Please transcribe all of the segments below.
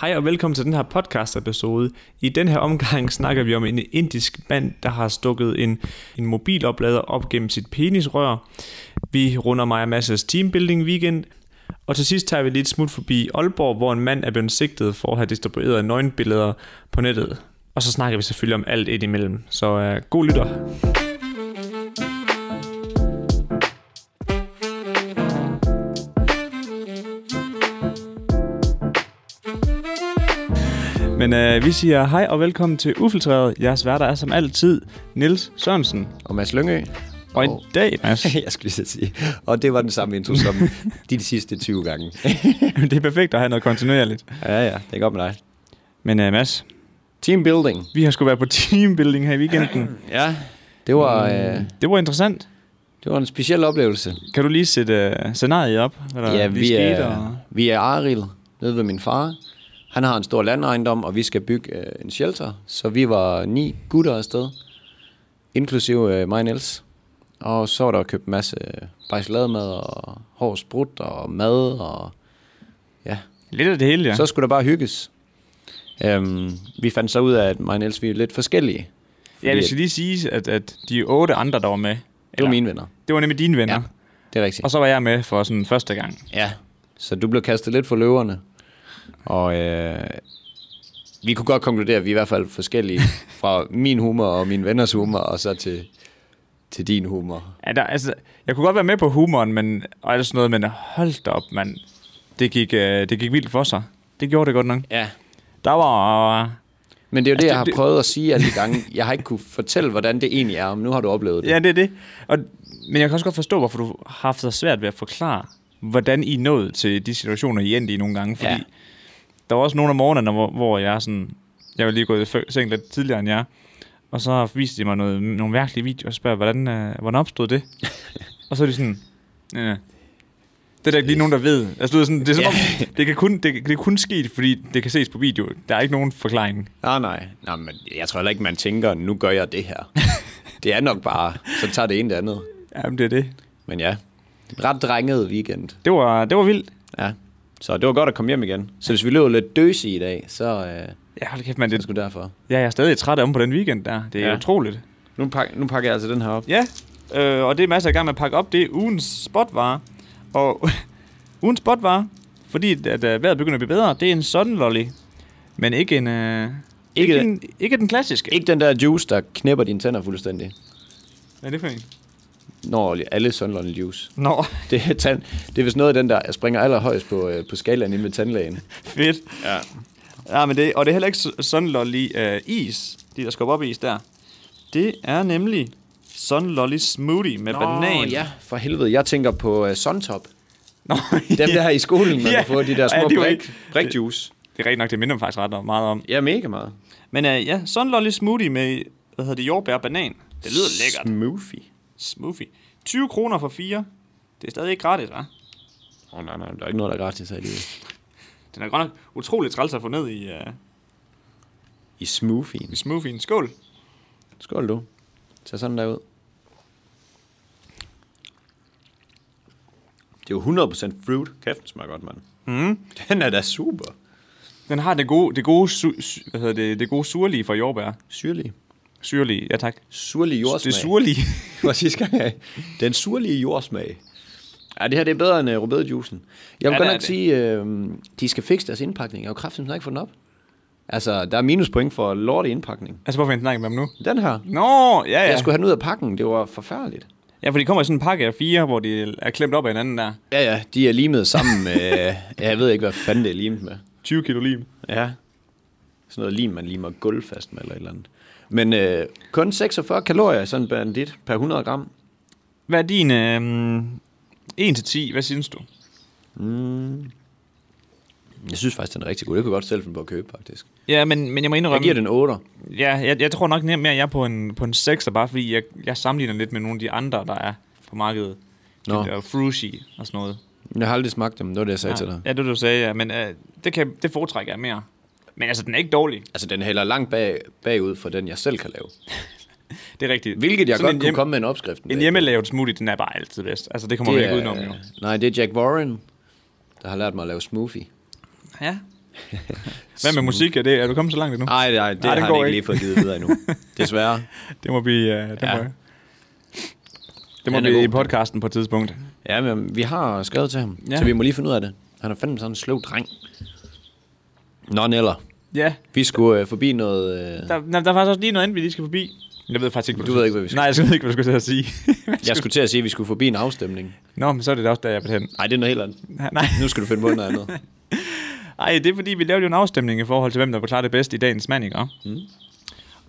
Hej og velkommen til den her podcast episode. I den her omgang snakker vi om en indisk mand, der har stukket en, en mobiloplader op gennem sit penisrør. Vi runder mig og Mads' teambuilding weekend. Og til sidst tager vi lidt smut forbi Aalborg, hvor en mand er blevet sigtet for at have distribueret nøgenbilleder på nettet. Og så snakker vi selvfølgelig om alt et imellem. Så uh, god lytter. Men øh, vi siger hej og velkommen til Ufiltreret. Jeres værter er som altid Nils Sørensen. Og Mads Lyngø. Og i Og- dag, Mads, jeg skulle lige til at sige. Og det var den samme intro som de, de sidste 20 gange. det er perfekt at have noget kontinuerligt. ja, ja. Det er godt med dig. Men øh, Mads, Team building. vi har skulle være på teambuilding her i weekenden. Ja. Det var, øh, Det var interessant. det var en speciel oplevelse. Kan du lige sætte øh, scenariet op? Hvad der ja, lige vi skete, er, og... vi er Aril, nede ved min far. Han har en stor landejendom, og vi skal bygge øh, en shelter. Så vi var ni gutter afsted, inklusive øh, mig og Niels. Og så var der købt en masse øh, bajsalademad og hård sprut og mad og ja, Lidt af det hele, ja. Så skulle der bare hygges. Øhm, vi fandt så ud af, at mig og Niels, vi er lidt forskellige. ja, det at- skal lige sige, at, at de otte andre, der var med, Det var mine venner. det var nemlig dine venner. Ja. Det er rigtigt. Og så var jeg med for sådan første gang. Ja. Så du blev kastet lidt for løverne. Og øh, vi kunne godt konkludere, at vi er i hvert fald forskellige fra min humor og min venners humor, og så til, til din humor. Ja, der, altså, jeg kunne godt være med på humoren, men, og alt sådan noget, men hold da op, mand. Det gik, øh, det gik vildt for sig. Det gjorde det godt nok. Ja. Der var... Men det er jo det, jeg har Altså, det- prøvet at sige alle de gange. Jeg har ikke kunne fortælle, hvordan det egentlig er, men nu har du oplevet det. Ja, det er det. Og, men jeg kan også godt forstå, hvorfor du har haft så svært ved at forklare, hvordan I nåede til de situationer, I endte i nogle gange. Fordi ja. Ja. der var også nogle af morgenerne, hvor, hvor jeg er sådan... Jeg var lige gået i fø- seng lidt tidligere end jer. Og så viste de mig noget, nogle mærkelige videoer og spørger, hvordan, øh, hvordan opstod det? og så er de sådan... Ja, det er der ikke lige nogen, der ved. Altså, du ved, sådan, det, er sådan, om, det, kan kun, det, det kan kun ske, fordi det kan ses på video. Der er ikke nogen forklaring. Nej, nej. nej men jeg tror heller ikke, man tænker, nu gør jeg det her. det er nok bare, så tager det ene det andet. Jamen, det er det. Men ja, ret drenget weekend. Det var, det var vildt. Ja. Så det var godt at komme hjem igen. Så hvis vi løber lidt døse i dag, så øh, det Ja, hold kæft, man. er Det, sgu derfor. ja, jeg er stadig træt om på den weekend der. Det er ja. Ja. utroligt. Nu, pak, nu pakker jeg altså den her op. Ja, øh, og det er masser af gang med at pakke op. Det er ugens spotvare. Og ugens spotvare, fordi at, øh, vejret begynder at blive bedre, det er en sådan lolly. Men ikke en... Øh, ikke, Ikke- ikke, en, ikke den klassiske. Ikke den der juice, der knæpper dine tænder fuldstændig. Hvad er det for en? Når alle Sunlunde juice. Nå, Det er, tand, det er vist noget af den, der springer allerhøjst på, øh, på skalaen inde ved tandlægen. fedt. Ja. ja men det, og det er heller ikke su- sådan lolly øh, is, de der skubber op i is der. Det er nemlig sådan lolly smoothie med banan. for helvede. Jeg tænker på øh, Suntop. Nå, Dem der her i skolen, man Ja. ja. får de der små Ja, ja, det var brik, ikke- brikjuice. Det er rigtigt nok, det minder mig faktisk ret meget om. Ja, mega meget. Men øh, ja, sådan lolly smoothie med, hvad hedder det, jordbær og banan. Det lyder lækkert. Smoothie. Smoothie. 20 kroner for fire. Det er stadig ikke gratis, hva'? Åh, oh, nej, nej, der er ikke noget, der er gratis her i livet. Den er godt nok utroligt træls at få ned i, uh, I smoothien. i smoothien. Skål. Skål du. Tag sådan der ud. Det er jo 100% fruit. Kæft, den smager godt, mand. Mm. Den er da super. Den har det gode, det gode, su, su, hvad hedder det, det gode surlige fra jordbær. Syrlig. Syrlige, ja tak. Surlig Det jordsmag. er surlige. Det var sidste gang, jeg... Den surlige jordsmag. Ja, det her det er bedre end uh, rødbedejuicen. Jeg vil Ja, ja, godt det er det. nok sige, øh, de skal fikse deres indpakning. Jeg har jo kraftigt ikke fået den op. Altså, der er minuspoint for lort i indpakning. altså, hvorfor snakker med dem nu? Den her. Nå, ja, ja. Jeg skulle have den ud af pakken. Det var forfærdeligt. Ja, for de kommer i sådan en pakke af fire, hvor de er klemt op af hinanden der. Ja, ja, de er limet sammen med... jeg ved ikke, hvad fanden det er limet med. 20 kilo lim. Ja. Sådan noget lim, man limer gulv fast med eller et eller andet. Men øh, kun 46 kalorier, sådan en bandit, per 100 gram. Hvad er din øh, 1-10? Hvad synes du? Jeg synes faktisk, den er rigtig god. Det kunne jeg godt selv finde på at købe, faktisk. Ja, men, men jeg må indrømme... Jeg giver den 8. Ja, jeg, jeg tror nok mere, jeg er på en, på en 6'er, bare fordi jeg, jeg sammenligner lidt med nogle af de andre, der er på markedet. Nå. Det der frushi og sådan noget. Jeg har aldrig smagt dem, det var det, jeg sagde ja. til dig. Ja, det var det, du sagde, ja. Men øh, det, kan, det foretrækker jeg mere. Men altså, den er ikke dårlig. Altså, den hælder langt bag, bagud for den, jeg selv kan lave. Det er rigtigt. Hvilket jeg Sådan Sådan en godt kunne komme med en opskrift. En hjemmelavet smoothie, den er bare altid bedst. Altså, det kommer man ikke udenom, jo. Nej, det er Jack Warren, der har lært mig at lave smoothie. Ja. Hvad med musik? Er, det, er du kommet så langt endnu? Nej, nej, det Nej, nej, den har han går ikke ikke. lige fået givet videre endnu. Desværre. Det må blive, uh, det, Ja. må, det må Han er blive i god. podcasten på et tidspunkt. Ja, men vi har skrevet til ham, Ja. ja. så vi må lige finde ud af det. Han er fandme sådan en sløv dreng. Nå, Neller. Ja, Vi skulle øh, forbi noget... Øh, der, nej, der er faktisk også lige noget andet, vi lige skal forbi. Jeg ved faktisk ikke, hvad Du ved ikke, hvad vi skal. Nej, jeg ved ikke, hvad du skulle til at sige. jeg skulle til at sige, at vi skulle forbi en afstemning. Nå, men så er det da også der, jeg vil hen. Nej, det er noget helt andet. Nej, Nu skal du finde på noget andet. nej, det er fordi, vi lavede jo en afstemning i forhold til, hvem der var klar det bedste i dagens mand, ikke? Mm.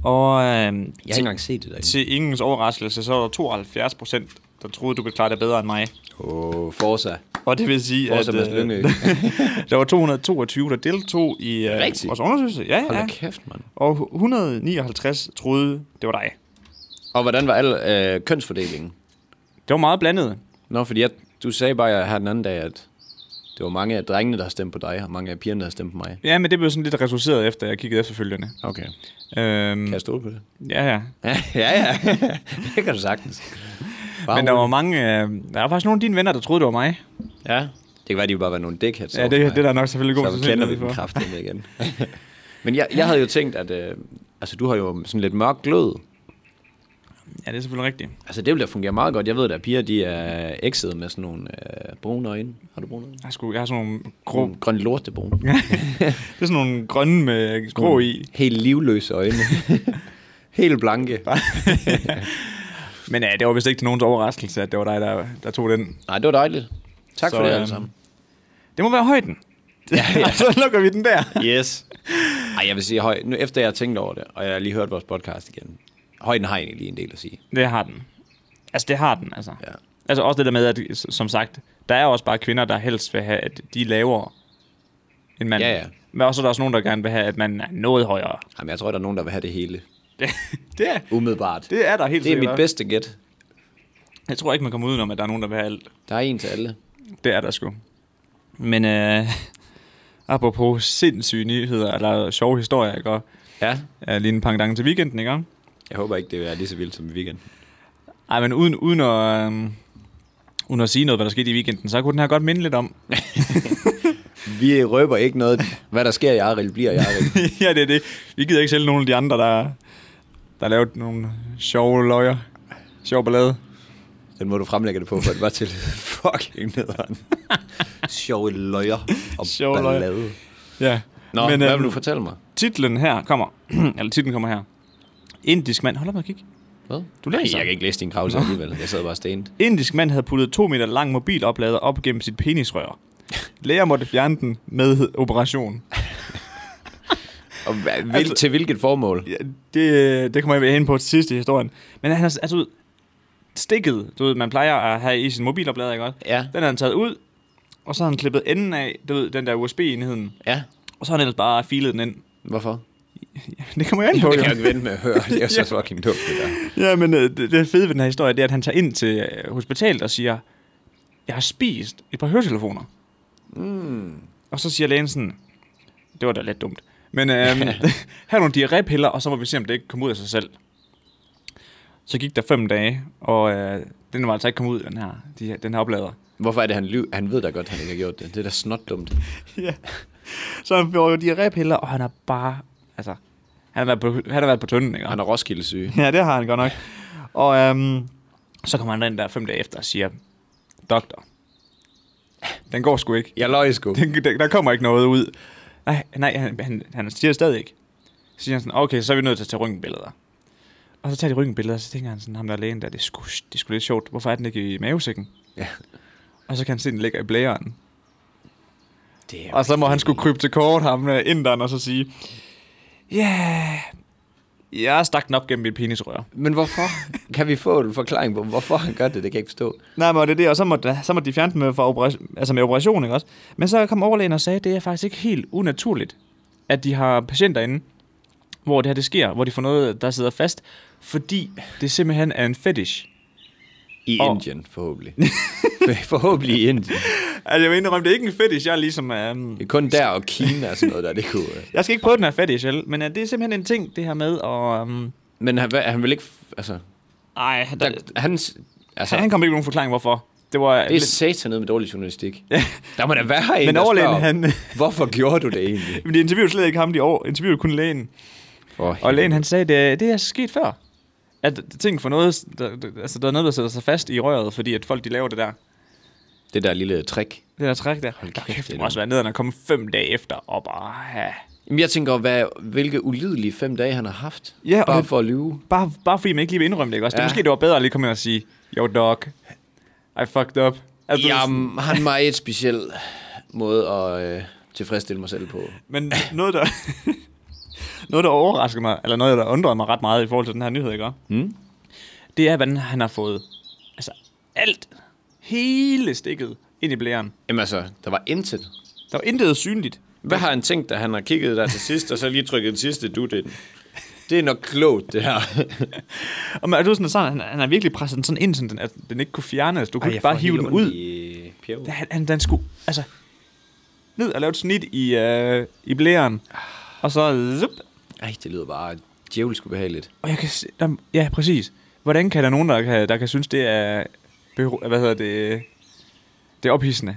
Og øh, Jeg har ikke engang set det derinde. til ingens overraskelse, så var der 72 procent, der troede, du kunne klare det bedre end mig. Åh, oh, Forza. Og det vil sige, Forza Mads at øh, Lyngø. der var 222, der deltog i øh, Rigtigt? vores undersøgelse. Ja, Hold ja. da kæft, mand. Og 159 troede, det var dig. Og hvordan var al øh, kønsfordelingen? Det var meget blandet. Nå, fordi jeg, du sagde bare her den anden dag, at det var mange af drengene, der stemte på dig, og mange af pigerne, der stemte på mig. Ja, men det blev sådan lidt reduceret efter, jeg kiggede efterfølgende. Okay. Kan Øhm, jeg stole på det? ja, ja. Ja, ja. ja. det kan du sagtens. Bare Men der rolig. var mange... Øh, der var faktisk nogle af dine venner, der troede, det var mig. Ja. Det kan være, de bare var nogle dickheads. Ja, det, det er der nok selvfølgelig god så kender vi sandsynlighed den kraftigt igen. Men jeg, jeg havde jo tænkt, at øh, altså, du har jo sådan lidt mørk glød. Ja, det er selvfølgelig rigtigt. Altså, det ville da fungere meget godt. Jeg ved, at piger, de er ekset med sådan nogle øh, brune øjne. Har du brune øjne? Jeg, skulle, jeg har sådan nogle grå... Grå. Grøn lortebrune. Mm. det er sådan nogle grønne med grå i. Helt livløse øjne. Helt blanke. Men ja, det var vist ikke til nogens overraskelse, at det var dig, der, der tog den. Nej, det var dejligt. Tak Så, for det, øhm, alle sammen. Det må være højden. Ja, ja. så lukker vi den der. Yes. Ej, jeg vil sige høj. Nu, efter jeg har tænkt over det, og jeg har lige hørt vores podcast igen. Højden har egentlig lige en del at sige. Det har den. Altså, det har den, altså. Ja. Ja. Altså også det der med, at s- som sagt, der er også bare kvinder, der helst vil have, at de er lavere end manden. Ja, ja. Men også er der også nogen, der gerne vil have, at man er noget højere. Jamen, jeg tror, der er nogen, der vil have det hele. Det, det, er, Umiddelbart. det er der helt det er sikkert. mit bedste gæt. Jeg tror ikke, man kommer udenom, at der er nogen, der vil have alt. Der er en til alle. Det er der sgu. Men øh, apropos sindssyge nyheder, eller sjove historier, ikke? Og, Ja. øh, lige en pangdang til weekenden, ikke? Jeg håber ikke, det er lige så vildt som i weekenden. Ej, men uden, uden, at, øh, uden at sige noget, hvad der skete i weekenden, så kunne den her godt minde lidt om. Vi røber ikke noget. Hvad der sker i Arild, bliver i Arild. ja, det er det. Vi gider ikke sælge nogen af de andre, der, der lavede nogle sjove løjer. Sjov ballade. Den må du fremlægge det på, for det var til fucking nederen. Sjove løjer Sjove og Sjove løjer. ballade. Ja. Nå, Men, hvad øhm, vil du fortælle mig? Titlen her kommer. eller titlen kommer her. Indisk mand. Hold op med at kigge. Hvad? Du læser. Ej, jeg kan ikke læse din kravse alligevel. Jeg sad bare stenet. Indisk mand havde puttet to meter lang mobiloplader op gennem sit penisrør. Læger måtte fjerne den med operation. Og hva, hvil, altså, til hvilket formål? Ja, det, det kommer jeg ved hen på til sidst i historien. Men han har altså stikket, du ved, man plejer at have i sin mobiloplader, ikke også? Ja, Den har han taget ud, og så har han klippet enden af, du ved, den der USB-enheden. ja. Og så har han ellers bare filet den ind. Hvorfor? Jamen, det kommer jeg ind på, Det kan jeg jo. ikke vente med at høre. Det er så fucking dumt, det der. Ja, men øh, det, det fede ved den her historie, det er, at han tager ind til øh, hospitalet og siger, jeg har spist et par høretelefoner. Mm. Og så siger lægen sådan, det var da lidt dumt. Men øh, her er nogle diarrépiller, og så må vi se, om det ikke kommer ud af sig selv. Så gik der fem dage, og øh, den var altså ikke kommet ud, den her, de, her- den her oplader. Hvorfor er det, han lyver? Han ved da godt, han ikke har gjort det. Det er da snot dumt. ja. Så han får jo diarrépiller, og han er bare, altså, han har været på, han har været på tynden, ikke? Han er roskilde syge. Ja, det har han godt nok. Og øhm, så kommer han ind der fem dage efter og siger, Doktor, den går sgu ikke. Jeg løj sgu. Den, den, der kommer ikke noget ud. Nej, nej han, han, han siger det stadig ikke. Så siger han sådan, okay, så er vi nødt til at tage røntgenbilleder. Og så tager de røntgenbilleder, og så tænker han sådan, ham der lægen der, det er sgu, det er sgu lidt sjovt. Hvorfor er den ikke i mavesækken? Ja. Og så kan han se, den ligger i blæren. Det Og så må han skulle krybe til kort, ham øh, inderen, og så sige, ja, yeah, jeg stak den op gennem mit penisrør. Men hvorfor? Kan vi få en forklaring på, hvorfor han gør det? Det kan jeg ikke forstå. Nej, men det er det, og så måtte, så måtte de fjerne dem med, fra operation, altså med operation, ikke også? Men så kom overlægen og sagde, at det er faktisk ikke helt unaturligt, at de har patienter inde, hvor det her det sker, hvor de får noget, der sidder fast, fordi det simpelthen er en fetish. I Og- og... Indien, forhåbentlig. For- forhåbentlig i Indien. Altså, jeg vil indrømme, det er ikke en fetish, jeg er ligesom... Um... Det er kun der og Kina og sådan noget der, det kunne... øh. Jeg skal ikke prøve den her fetish, vel? men uh, det er simpelthen en ting, det her med, og... Um... Men han, vil- han vil ikke... f- Altså, Ej, der, der, han, s- altså han kom ikke med nogen forklaring, hvorfor. det var... Det er satan ned med dårlig journalistik. Der må da være en, men der overlægen, spørger, han... hvorfor gjorde du det egentlig? Men de interviewede slet ikke ham, de over, interviewede kun lægen. For Og lægen han sagde, det, det er sket før. At ting for noget, der, der- altså der er noget, der sætter sig fast i røret, fordi at folk de laver det der. Det der lille trick. Det der træk der. Hold Der kæft, kæft, det det er må også være nederen at komme fem dage efter og bare have... Jamen, jeg tænker, hvad, hvilke ulidelige fem dage han har haft. Ja, og- bare for at lyve. Bare, bare fordi man ikke lige vil indrømme det, ikke også? Ja. Det Ja. måske det var bedre at lige komme ind og sige, yo dog, I fucked up. Altså, Jamen, han var et speciel måde at øh, tilfredsstille mig selv på. Men noget, der... noget, der overrasker mig, eller noget, der undrede mig ret meget i forhold til den her nyhed, ikke? Mm. Det er, hvordan han har fået altså, alt, hele stikket ind i blæren. Jamen altså, der var intet. Der var intet synligt. Hvad har han tænkt, da han har kigget der til sidst, og så lige trykket den sidste du det? Det er nok klogt, det her. Og man, er du sådan, sådan, han, han har virkelig presset den sådan ind, sådan, den, at den ikke kunne fjernes. Du kunne Ej, ikke bare hive den ud. Pjæv. Han, han, den skulle, altså, ned og lave et snit i, øh, i blæren. Ah. Og så, zup. Ej, det lyder bare djævelsk ubehageligt. Og jeg kan se, der, ja, præcis. Hvordan kan der nogen, der kan, der kan synes, det er, behro- hvad hedder det, det er ophidsende?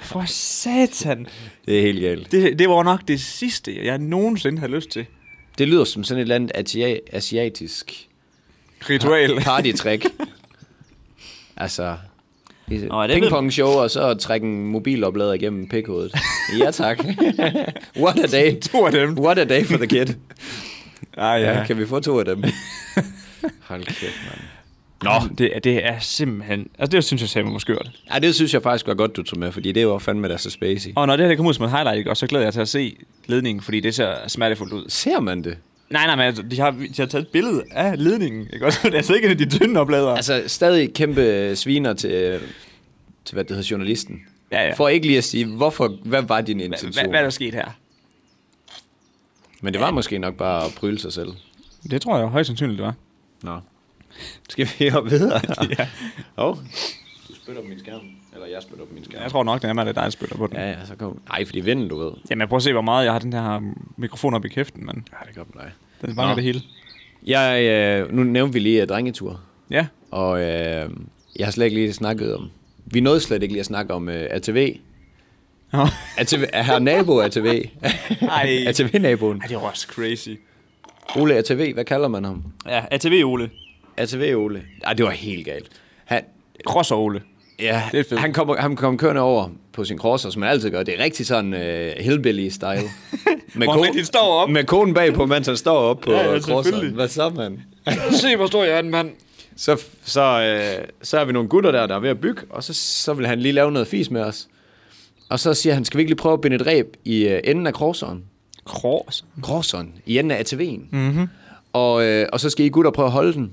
For satan. Det er helt galt. Det, det var nok det sidste, jeg nogensinde havde lyst til. Det lyder som sådan et eller andet atia- asiatisk Ritual. partytrick. altså, Nå, er det pingpong show og så trække en mobiloplader igennem pikhovedet. ja tak. What a day. To af dem. What a day for the kid. Ah, Ja, kan vi få to af dem? Hold kæft, mand. Nå, det, er- det er simpelthen... Altså, det synes jeg simpelthen var skørt. Ej, det synes jeg faktisk var godt, du tog med, fordi det var fandme da så spacey. Og når det her det kommer ud som en highlight, ikke, også, så glæder jeg til at se ledningen, fordi det ser smertefuldt ud. Ser man det? Nej, nej, men altså, de har, de har taget et billede af ledningen, ikke også? Det er altså ikke en af de tynde oplader. Altså, stadig kæmpe sviner til, øh, til hvad det hedder, journalisten. Ja, ja. For ikke lige at sige, hvorfor, hvad var din Hva- intention? hva- Hvad er der sket her? Men det var måske nok bare at pryle sig selv. Det tror jeg højst sandsynligt, det var. Nå. Skal vi op videre? ja. Hov. Du spytter på min skærm. Eller jeg spytter på min skærm. Jeg tror nok, det er mig, der er dig, der spytter på den. Ja, ja, så kom. Ej, fordi vinden, du ved. Jamen, prøv at se, hvor meget jeg har den her mm, mikrofon op i kæften, mand. Ja, det gør den dig. Den fanger Nå. det hele. Jeg, øh, nu nævnte vi lige uh, drengetur, Ja. og øh, jeg har slet ikke lige snakket om... Vi nåede slet ikke lige at snakke om øh, ATV. Nå. ATV, er her nabo ATV? Ej. ATV-naboen. Ej, det var også crazy. Ole ATV, hvad kalder man ham? Ja, ATV Ole. ATV Ole. Ej, det var helt galt. Han, Crosser Ole. ja, Det er fedt. han kom, han kom kørende over på sin crosser, som han altid gør. Det er rigtig sådan uh, hillbilly-style. med, Hvor han rigtig står op. med konen bagpå, mens han står op på Ja, ja, ja, ja, selvfølgelig. crosseren. Hvad så, mand? se, hvor stor jeg er, mand. Så, så, øh, så er vi nogle gutter der, der er ved at bygge, og så, så vil han lige lave noget fis med os. Og så siger han, skal vi ikke lige prøve at binde et ræb i øh, enden af crosseren? Cross. Gråsson i enden af ATV'en. Mhm. Mm-hmm. Og, øh, og så skal I gutter prøve at holde den.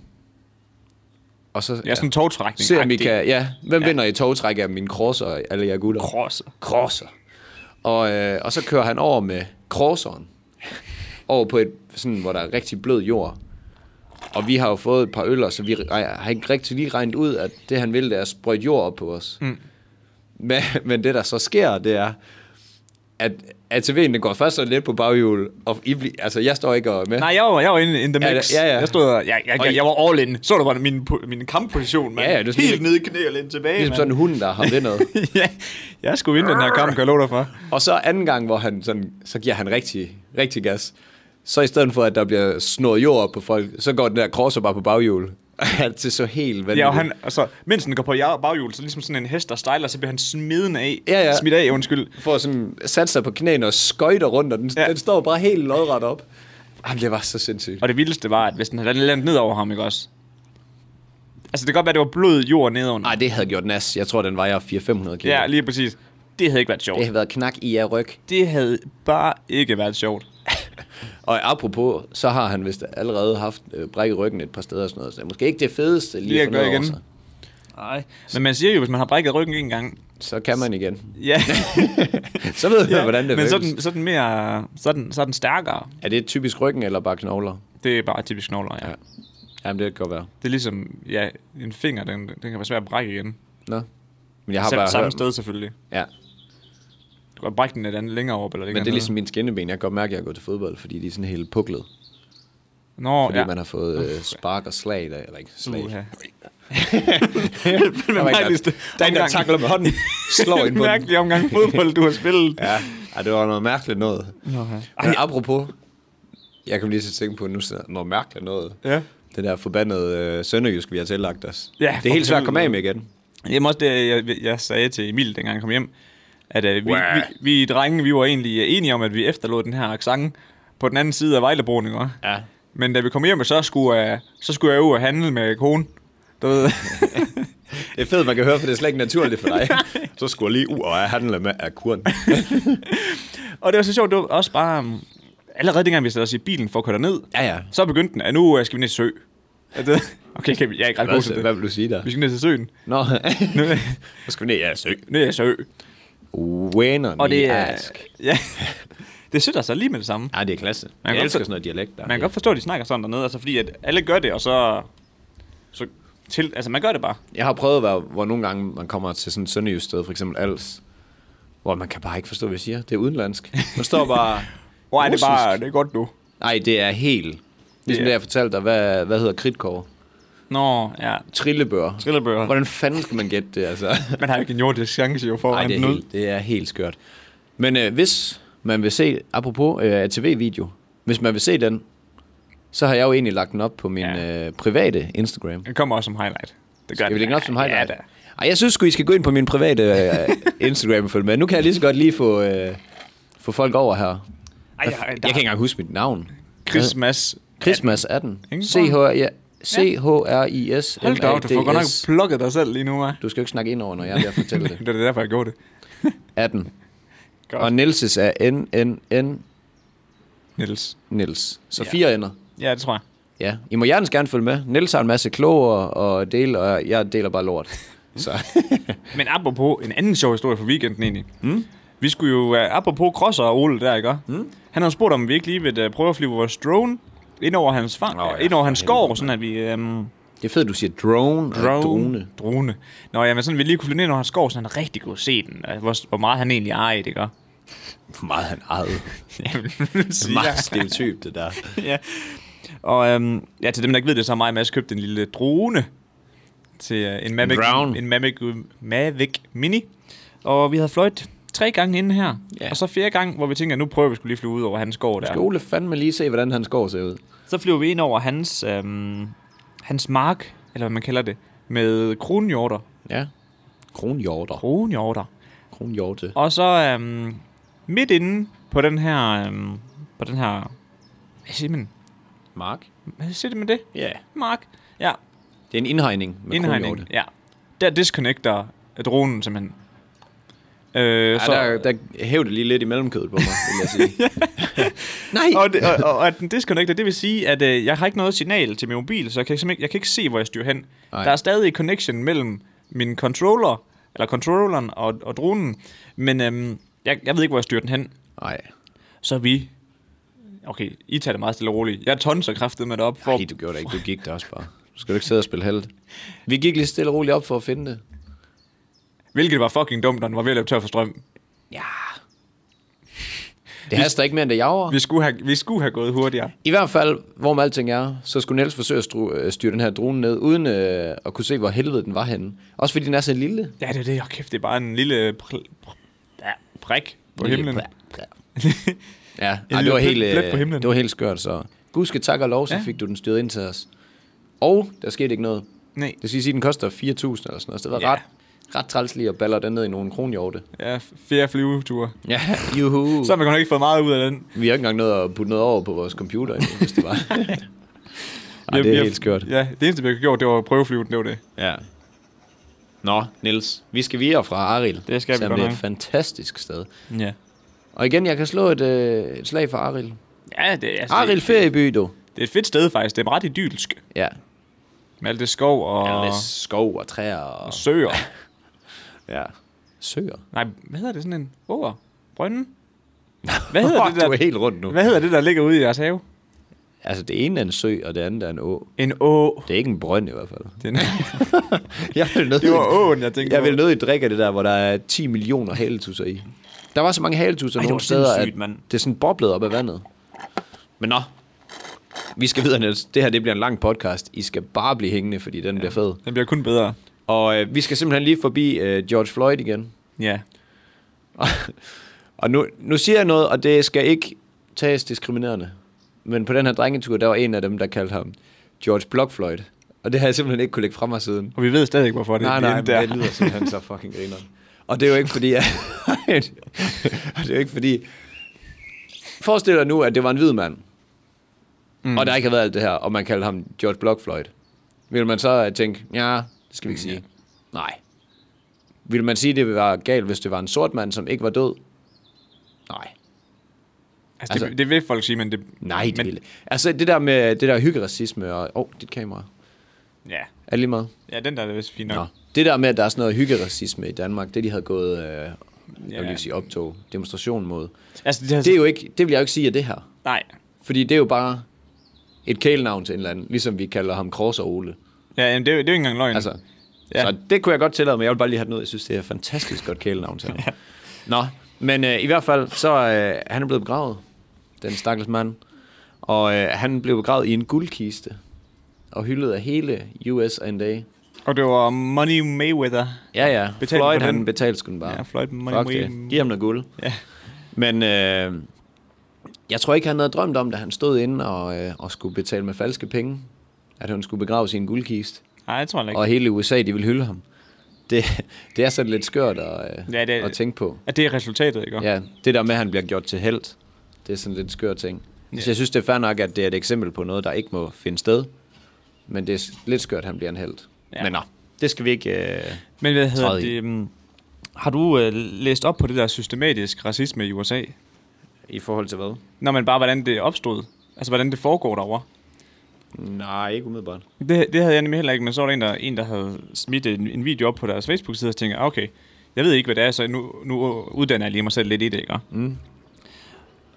Og så Ja, sådan en togtrækning. se, om I kan, ja, hvem ja. vinder i togtræk af mine crosser eller jer gutter? Crosser. Crosser. Og, øh, og så kører han over med crosseren. over på et, sådan, hvor der er rigtig blød jord. Og vi har jo fået et par øller, så vi re- har ikke rigtig lige regnet ud, at det han ville, det er at sprøjte jord op på os. Mm. Men, men det der så sker, det er, at ATV'en den går først sådan lidt på baghjul, og I bli, altså jeg står ikke og er med. Nej, jeg var, jeg var inde in the Ja, mix. ja, ja. Jeg stod og, jeg, jeg, Og jeg, I- jeg, var all in. Så du var min, po- min kampposition, mand. Ja, ja, det er sådan Helt nede i knæ og lidt tilbage, Ligesom sådan en hund, der har vundet. mand. ja, jeg skulle vinde den her kamp, kan jeg love dig for. og så anden gang, hvor han sådan, så giver han rigtig, rigtig gas. Så i stedet for, at der bliver snået jord op på folk, så går den der crosser bare på baghjul. det er så helt vanvittigt. Ja, og han, altså, mens den går på jag- baghjul, så ligesom sådan en hest, der stejler, så bliver han smiden af. Ja, ja. Smidt af, undskyld. får sådan sat sig på knæene og skøjter rundt, og den, Ja. ja. den står bare helt lodret op. Jamen, det var så sindssygt. Og det vildeste var, at hvis den havde landet ned over ham, ikke også? Altså, det kan godt være, at det var blød jord nedenunder. Nej, det havde gjort nas. Jeg tror, den vejer 400-500 kg. Ja, lige præcis. Det havde ikke været sjovt. Det har været knak i af ryg. Det havde bare ikke været sjovt. Og apropos, så har han vist allerede haft øh, brækket ryggen et par steder og sådan noget. Så det er måske ikke det fedeste lige, Lige at at få noget gøre over igen. sig. Nej. Men man siger jo, hvis man har brækket ryggen en gang, Så kan man igen. ja, Så ved man, ja. hvordan det men så er, føles. den, så, er den mere, så, er den, så er den stærkere. Er det typisk ryggen eller bare knogler? Det er bare typisk knogler, ja. ja. Ja. Jamen, det kan godt være. Det er ligesom, ja, en finger, den, den kan være svær at brække igen. Nå. Men jeg har Sam, bare samme hørt... sted selvfølgelig. Ja, Du kan brække den et andet længere op, eller men det er ned. ligesom min skinneben. Jeg kan godt mærke, at jeg har gået til fodbold, fordi de er sådan helt puklet. Nå, ligesom- Fordi ja. man har fået øh, spark og slag i dag. Eller ikke slag. Uha. Men der, var en, der, mærkeligste der er en, der omgang. takler med hånden, slår ind på den. Mærkelig omgang fodbold, du har spillet. Ja. ja, det var noget mærkeligt noget. Okay. Men apropos, jeg kom lige til at tænke på nu, så- noget mærkeligt noget. Ja. Det der forbandede øh, sønderjysk, vi har tillagt os. Ja, det er helt for svært at komme af med helvede. igen. Jamen også det, jeg, jeg sagde til Emil, dengang han kom hjem, at øh, vi, Wow. vi, vi drenge, vi var egentlig øh, enige om, at vi efterlod den her accent på den anden side af Vejlebroen, ikke? også? Ja. Men da vi kom hjem, så skulle, jeg, så skulle jeg ud og handle med konen. Du ved, Det er fedt, man kan høre, for det er slet ikke naturligt for dig. så skulle jeg lige ud og handle med akuren. og det var så sjovt, det var også bare... um, Allerede dengang vi satte os i bilen for at køre ned, Ja, ja. så begyndte den, at nu øh, skal vi ned til sø. Er det- Okay, kan vi, jeg er ikke ret god Hvad, til hvad det. vil du sige der? Vi skal ned til søen. Nå, Nu, så skal vi ned, ja, sø. ned til sø. Winner Og det er... ask. Ja, det sætter sig lige med det samme. Ja, det er klasse. Man kan jeg godt elsker for- sådan noget dialekt der. Man kan godt forstå, at de snakker sådan dernede, altså fordi at alle gør det, og så... så til, altså man gør det bare. Jeg har prøvet at være, hvor nogle gange man kommer til sådan et sønderjysk sted, for eksempel Als, hvor man kan bare ikke forstå, hvad jeg siger. Det er udenlandsk. Man står bare... Hvor er det russisk. bare, det er godt nu. Nej, det er helt... Ligesom Det er- det, jeg fortalte dig, hvad, hvad hedder kridtkår? Nå, ja. Trillebør. Trillebøger. Hvordan fanden skal man gætte det, altså? Man har jo ikke en jordisk chance jo for Nej, at det, hente er noget. helt, det er helt skørt. Men øh, hvis man vil se, apropos øh, TV-video, hvis man vil se den, så har jeg jo egentlig lagt den op på min Ja. ja. øh, private Instagram. Den kommer også som highlight. Det gør Skal vi den. lægge den op som highlight? Ja, da. Ej, jeg synes sgu, I skal gå ind på min private øh, Instagram og følge med. Nu kan jeg lige så godt lige få, øh, få folk over her. Ej, Ej, ja, der jeg, jeg kan ikke engang huske mit navn. Chris Mads. Christmas 18. Ingen C-H-R-I-S Hold da op, du får godt nok plukket dig selv lige nu, hva'? Du skal jo ikke snakke ind over, når jeg er ved at fortælle det. det er derfor, jeg gjorde det. 18. Godt. Og Nielses er N-N-N Niels. Niels. Så Ja. ja. fire ender. Ja, det tror jeg. Ja, I må hjertens gerne følge med. Niels har en masse klogere og dele, og jeg deler bare lort. Så Men apropos en anden sjov historie fra weekenden egentlig. Hmm? Mm? Vi skulle jo, uh, apropos Crosser og Ole der, ikke? Mm? Han havde spurgt, om vi ikke lige ville uh, prøve at flyve vores drone ind over hans, fang, Nå, oh, ja, ind over hans for helvede, skov, sådan at vi... Um, det er fedt, du siger drone, drone. og ikke drone. Drone. Nå, jamen sådan, vi lige kunne flyve ned under hans skov, så han rigtig kunne se den. og Hvor, hvor meget han egentlig ejer det, ikke? Hvor meget han ejede. Jamen, Det er siger jeg. meget stereotyp, det der. ja. Og øhm, ja, til dem, der ikke ved det, så har mig og Mads købt en lille drone til øh, en Mavic, Brown. en Mavic, Mavic Mini. Og vi havde fløjt tre gange inden her. Ja. Og så fjerde gang, hvor vi tænker, nu prøver vi skulle lige flyve ud over hans skov der. Skal Ole fandme lige se, hvordan hans skov ser ud? Så flyver vi ind over hans, øhm, hans mark, eller hvad man kalder det, med kronhjorter. Ja. Kronhjorter. Kronhjorter. Kronhjorte. Og så øhm, midt inde på den her... Øhm, på den her hvad siger man? Mark? Hvad siger det med det? Ja. Yeah. Mark? Ja, Det er en indhegning med Indhegning, kronhjorte. ja. Der disconnecter dronen simpelthen. Øh, Ja, så, der, Altså, der hæv det lige lidt i mellemkødet på mig, vil jeg sige. Nej! og, det, og, og, at den disconnecter, det vil sige, at øh, jeg har ikke noget signal til min mobil, så jeg kan, simpelthen- jeg kan ikke se, hvor jeg styrer hen. Nej. Der er stadig connection mellem min controller, eller controlleren og, og dronen, men øhm, jeg, jeg ved ikke, hvor jeg styrer den hen. Nej, Så vi... Okay, I tager det meget stille og roligt. Jeg tonser kraftet med det op. For, Nej, du gjorde det ikke. Du gik der også bare. Du skal jo ikke sidde og spille held. Vi gik lige stille og roligt op for at finde det. Hvilket var fucking dumt, når den var ved at løbe tør for strøm. Ja. Det haster ikke mere, end det jager. Vi skulle have, vi skulle have gået hurtigere. I hvert fald, hvorom alting er, så skulle Niels forsøge at stru- øh, styre den her drone ned, uden øh, at kunne se, hvor helvede den var henne. Også fordi den er så lille. Ja, det er det. Oh, kæft, det er bare en lille pr- pr- ja, prik på Lille himlen. blæ- blæ. ja, ej, lille det, var plet- helt, plet på øh, himlen. det var helt skørt, så gud skal tak og lov, så Ja. ja. fik du den styret ind til os. Og der skete ikke noget. Nej. Det skal sige, at den koster 4.000 eller sådan noget, så det var Ja. ret, ret træls lige at baller den ned i nogle kronhjorte. Ja, fjerde flyvetur. Ja, juhu. Så har man godt nok ikke fået meget ud af den. Vi har ikke engang nået at putte noget over på vores computer, endnu, hvis det var. Ej, Jeg- det er jeg- helt skørt. Ja, det eneste, vi har gjort, det var at prøveflyve den, det var det. Ja. Nå, Nils, vi skal videre fra Aril. Det skal vi som godt er nok. et fantastisk sted. Ja. Og igen, jeg kan slå et, øh, et slag for Aril. Ja, det er, altså, Aril det, Ferieby, du. det er et fedt sted faktisk. Det er ret idylsk. Ja. Med alt det skov og Og... skov og træer og... søer. Ja. Søer. Nej, hvad hedder det sådan en? Åer? Brønden? Hvad hedder, det Du er der, helt rundt nu. hvad hedder det, der ligger ude i jeres have? Altså, det ene er en sø, og det andet er en å. En å. Det er ikke en brønd i hvert fald. Det, er- Jeg vil nødt det var åen, jeg tænkte jeg vil på. nødig drikke det der, hvor der er 10 millioner haletusser i. Der var så mange haletusser Ej, det var nogle steder, at sindssygt, mand. det er sådan boblet op af vandet. Men nå, Vi skal videre, Niels. Det her det bliver en lang podcast. I skal bare blive hængende, fordi den ja. bliver fed. Den bliver kun bedre. Og øh, vi skal simpelthen lige forbi øh, George Floyd igen. Ja. Og nu, nu siger jeg noget, og det skal ikke tages diskriminerende. Men på den her drengetur, der var en af dem, der kaldte ham George Block Floyd. Og det har jeg simpelthen ikke kunne lægge fra mig siden. Og vi ved stadig ikke, hvorfor det nej, nej, endte men der. det lyder simpelthen så fucking griner. Og det er jo ikke fordi, at... og det er jo ikke fordi... Forestil dig nu, at det var en hvid mand, mm. og der ikke havde været alt det her, og man kaldte ham George Block Floyd. Vil man så øh, tænke, ja, det skal vi ikke sige. Nej. Vil man sige, at det ville være galt, hvis det var en sort mand, som ikke var død? Nej. Altså, det, altså- det, vil folk sige, men det... Nej, det men, men... ville. Altså det der med det der hyggeracisme og... Åh, oh, dit kamera. Ja. Er det lige meget? ja, den der er vist fint nok. Nå. Det der med, at der er sådan noget hyggeracisme i Danmark, det de havde gået, øh, jeg vil Ja. ikke sige optog, demonstration mod. Altså, det, er, Det, er jo ikke, det vil jeg jo ikke sige, at det her. Nej. Fordi det er jo bare et kælenavn til en eller anden, ligesom vi kalder ham Kors og Ole. Ja, jamen, det, er, jo- det er jo ikke engang løgn. Altså, Ja. ja. Så det kunne jeg godt tillade, men jeg vil bare lige have den ud. Jeg synes, det er et fantastisk godt kælenavn til ham. ja. Nå, men øh, i hvert fald, så øh, han er blevet begravet, den stakkels mand. Og øh, han blev begravet i en guldkiste og hyldet af hele US A. Og det var Money Mayweather. Ja, ja. Betalte Betalte Floyd, for den. han betalte sgu den bare. Ja, Floyd Money Fuck det. Way- Giv ham noget guld. Ja. Men øh, jeg tror ikke, han havde drømt om, da han stod inde og, øh, og skulle betale med falske penge, at han skulle begrave sin guldkiste. Nej, jeg tror heller ikke. Og hele USA, de ville hylde ham. Det, det er sådan lidt skørt at, øh, Ja, ja, det er- det... at tænke på. At det er resultatet, ikke? Ja, det der med, at han bliver gjort til held, det er sådan lidt skør ting. Ja. Ja. Så jeg synes, det er fair nok, at det er et eksempel på noget, der ikke må finde sted. Men det er s- lidt skørt, at han bliver en held. Ja. Ja. Men nå, det skal vi ikke... Øh, Men hvad hedder Træde i. det? Um, har du øh, læst op på det der systematisk racisme i USA? I forhold til hvad? Når man bare, hvordan det opstod? Altså, hvordan det foregår derovre? Nej, ikke umiddelbart. Det, det havde jeg nemlig heller ikke, men så var der en, der, en, der havde smidt en, en video op på deres Facebook-side, og så tænkte jeg, "Ah, okay, jeg ved ikke, hvad det er, så nu, nu uddanner jeg lige mig selv lidt i det, ikke? Mm.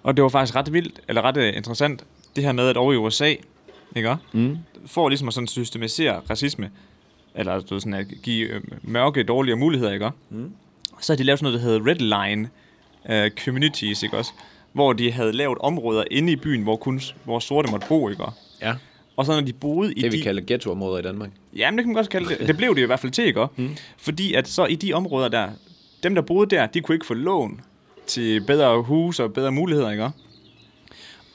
Og det var faktisk ret vildt, eller ret øh, interessant, det her med, at over i USA, ikke? Mm. For ligesom at sådan systematisere racisme, eller du ved, sådan at give øh, mørke dårligere muligheder, ikke? Mm. Så havde de lavet sådan noget, der hedder Red Line øh, Communities, ikke også? Hvor de havde lavet områder inde i byen, hvor kun s- hvor sorte måtte bo, ikke? Ja. Og så når de boede i Det, vi de... kalder ghettoområder i Danmark. Jamen, det kan man godt kalde det. Det blev det i hvert fald til, ikke? Mm. Fordi at så i de områder der, dem der boede der, de kunne ikke få lån til bedre hus og bedre muligheder, ikke?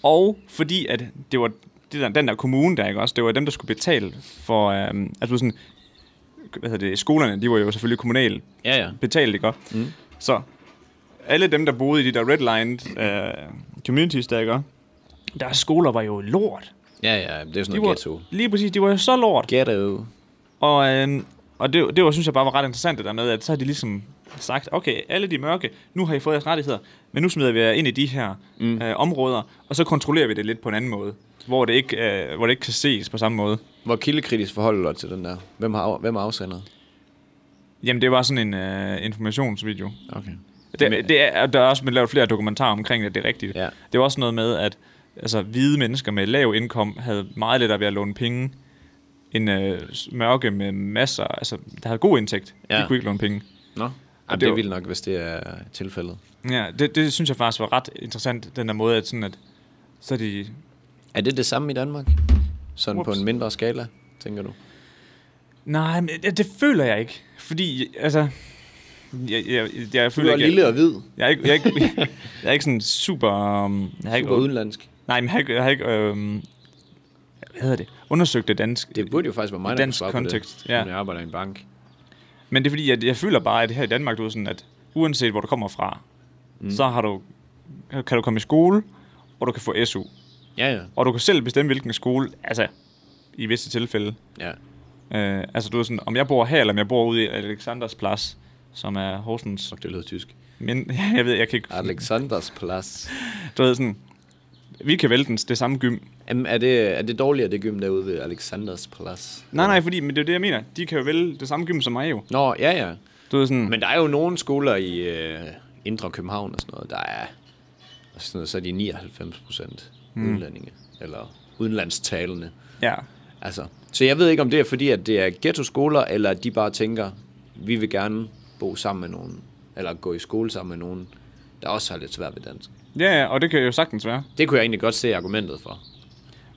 Og fordi at det var det der, den der kommune der, ikke også? Det var dem, der skulle betale for, øhm, altså sådan, hvad hedder det, skolerne, de var jo selvfølgelig kommunale Ja, ja. betalt, ikke? Mm. Så alle dem, der boede i de der redlined øh, communities der, ikke? Deres skoler var jo lort. Ja, ja, det er jo sådan De noget var, ghetto. lige præcis, de var jo så lort. Ghetto. Og, øhm, og det, det var, synes jeg bare var ret interessant det der med, at så har de ligesom sagt, okay, alle de mørke, nu har I fået jeres rettigheder, men nu smider vi jer ind i de her mm. øh, områder, og så kontrollerer vi det lidt på en anden måde, hvor det ikke, øh, hvor det ikke kan ses på samme måde. Hvor kildekritisk forholder du dig til den der? Hvem har, hvem har afsendet? Jamen, det var sådan en øh, informationsvideo. Okay. Det, det er, og der er også blevet lavet flere dokumentarer omkring det, det er rigtigt. Ja. Det var også noget med, at altså, hvide mennesker med lav indkom havde meget lettere ved at låne penge, end øh, s- mørke med masser, altså, der havde god indtægt, ja. de Ja. kunne ikke låne penge. Nå. Jamen, det det var- er vildt nok, hvis det er tilfældet. Ja, det, det synes jeg faktisk var ret interessant, den der måde, at sådan at, så er de... Er det det samme i Danmark? Sådan Ups. på Whoops. en mindre skala, tænker du? Nej, men det, det føler jeg ikke, fordi, altså, jeg, jeg, jeg, jeg Du føler er ikke... lille og hvid. Jeg, jeg, er ikke, jeg, er ikke, jeg er ikke sådan super... Um, jeg har ikke, Super udenlandsk. nej, men jeg har ikke... Jeg har ikke øhm, hvad hedder det? Undersøgt det dansk. Det burde jo faktisk være mig, I der dansk kunne svare kontekst, på det. ja. Men Jeg arbejder i en bank. Men det er fordi, jeg, jeg føler bare, at her i Danmark, du er sådan, at uanset hvor du kommer fra, mm. så har du, kan du komme i skole, og du kan få SU. Ja, ja. Og du kan selv bestemme, hvilken skole, altså i visse tilfælde. ja. Øh, altså du ved sådan, om jeg bor her, eller om jeg bor ude i Alexanders Plads, som er Horsens... Og det lyder tysk. Men jeg ved, jeg kan ikke... Alexanders plads. Du ved sådan... Vi kan vælge den, det samme gym. Jamen, er det, er det dårligere, det gym derude ved Alexanders plads? Nej, nej, fordi, men det er jo det, jeg mener. De kan jo vælge det samme gym som mig jo. Nå, ja, ja. Du ved sådan... Men der er jo nogle skoler i øh, Indre København og sådan noget, der er og sådan noget, så er de 99 procent udlændinge, eller udenlandstalende. Ja. Altså, så jeg ved ikke, om det er fordi, at det er ghetto-skoler, eller at de bare tænker, vi vil gerne bo sammen med nogen, eller gå i skole sammen med nogen, der også har lidt svært ved dansk. Ja, ja, og det kan jo sagtens være. Det kunne jeg egentlig godt se argumentet for.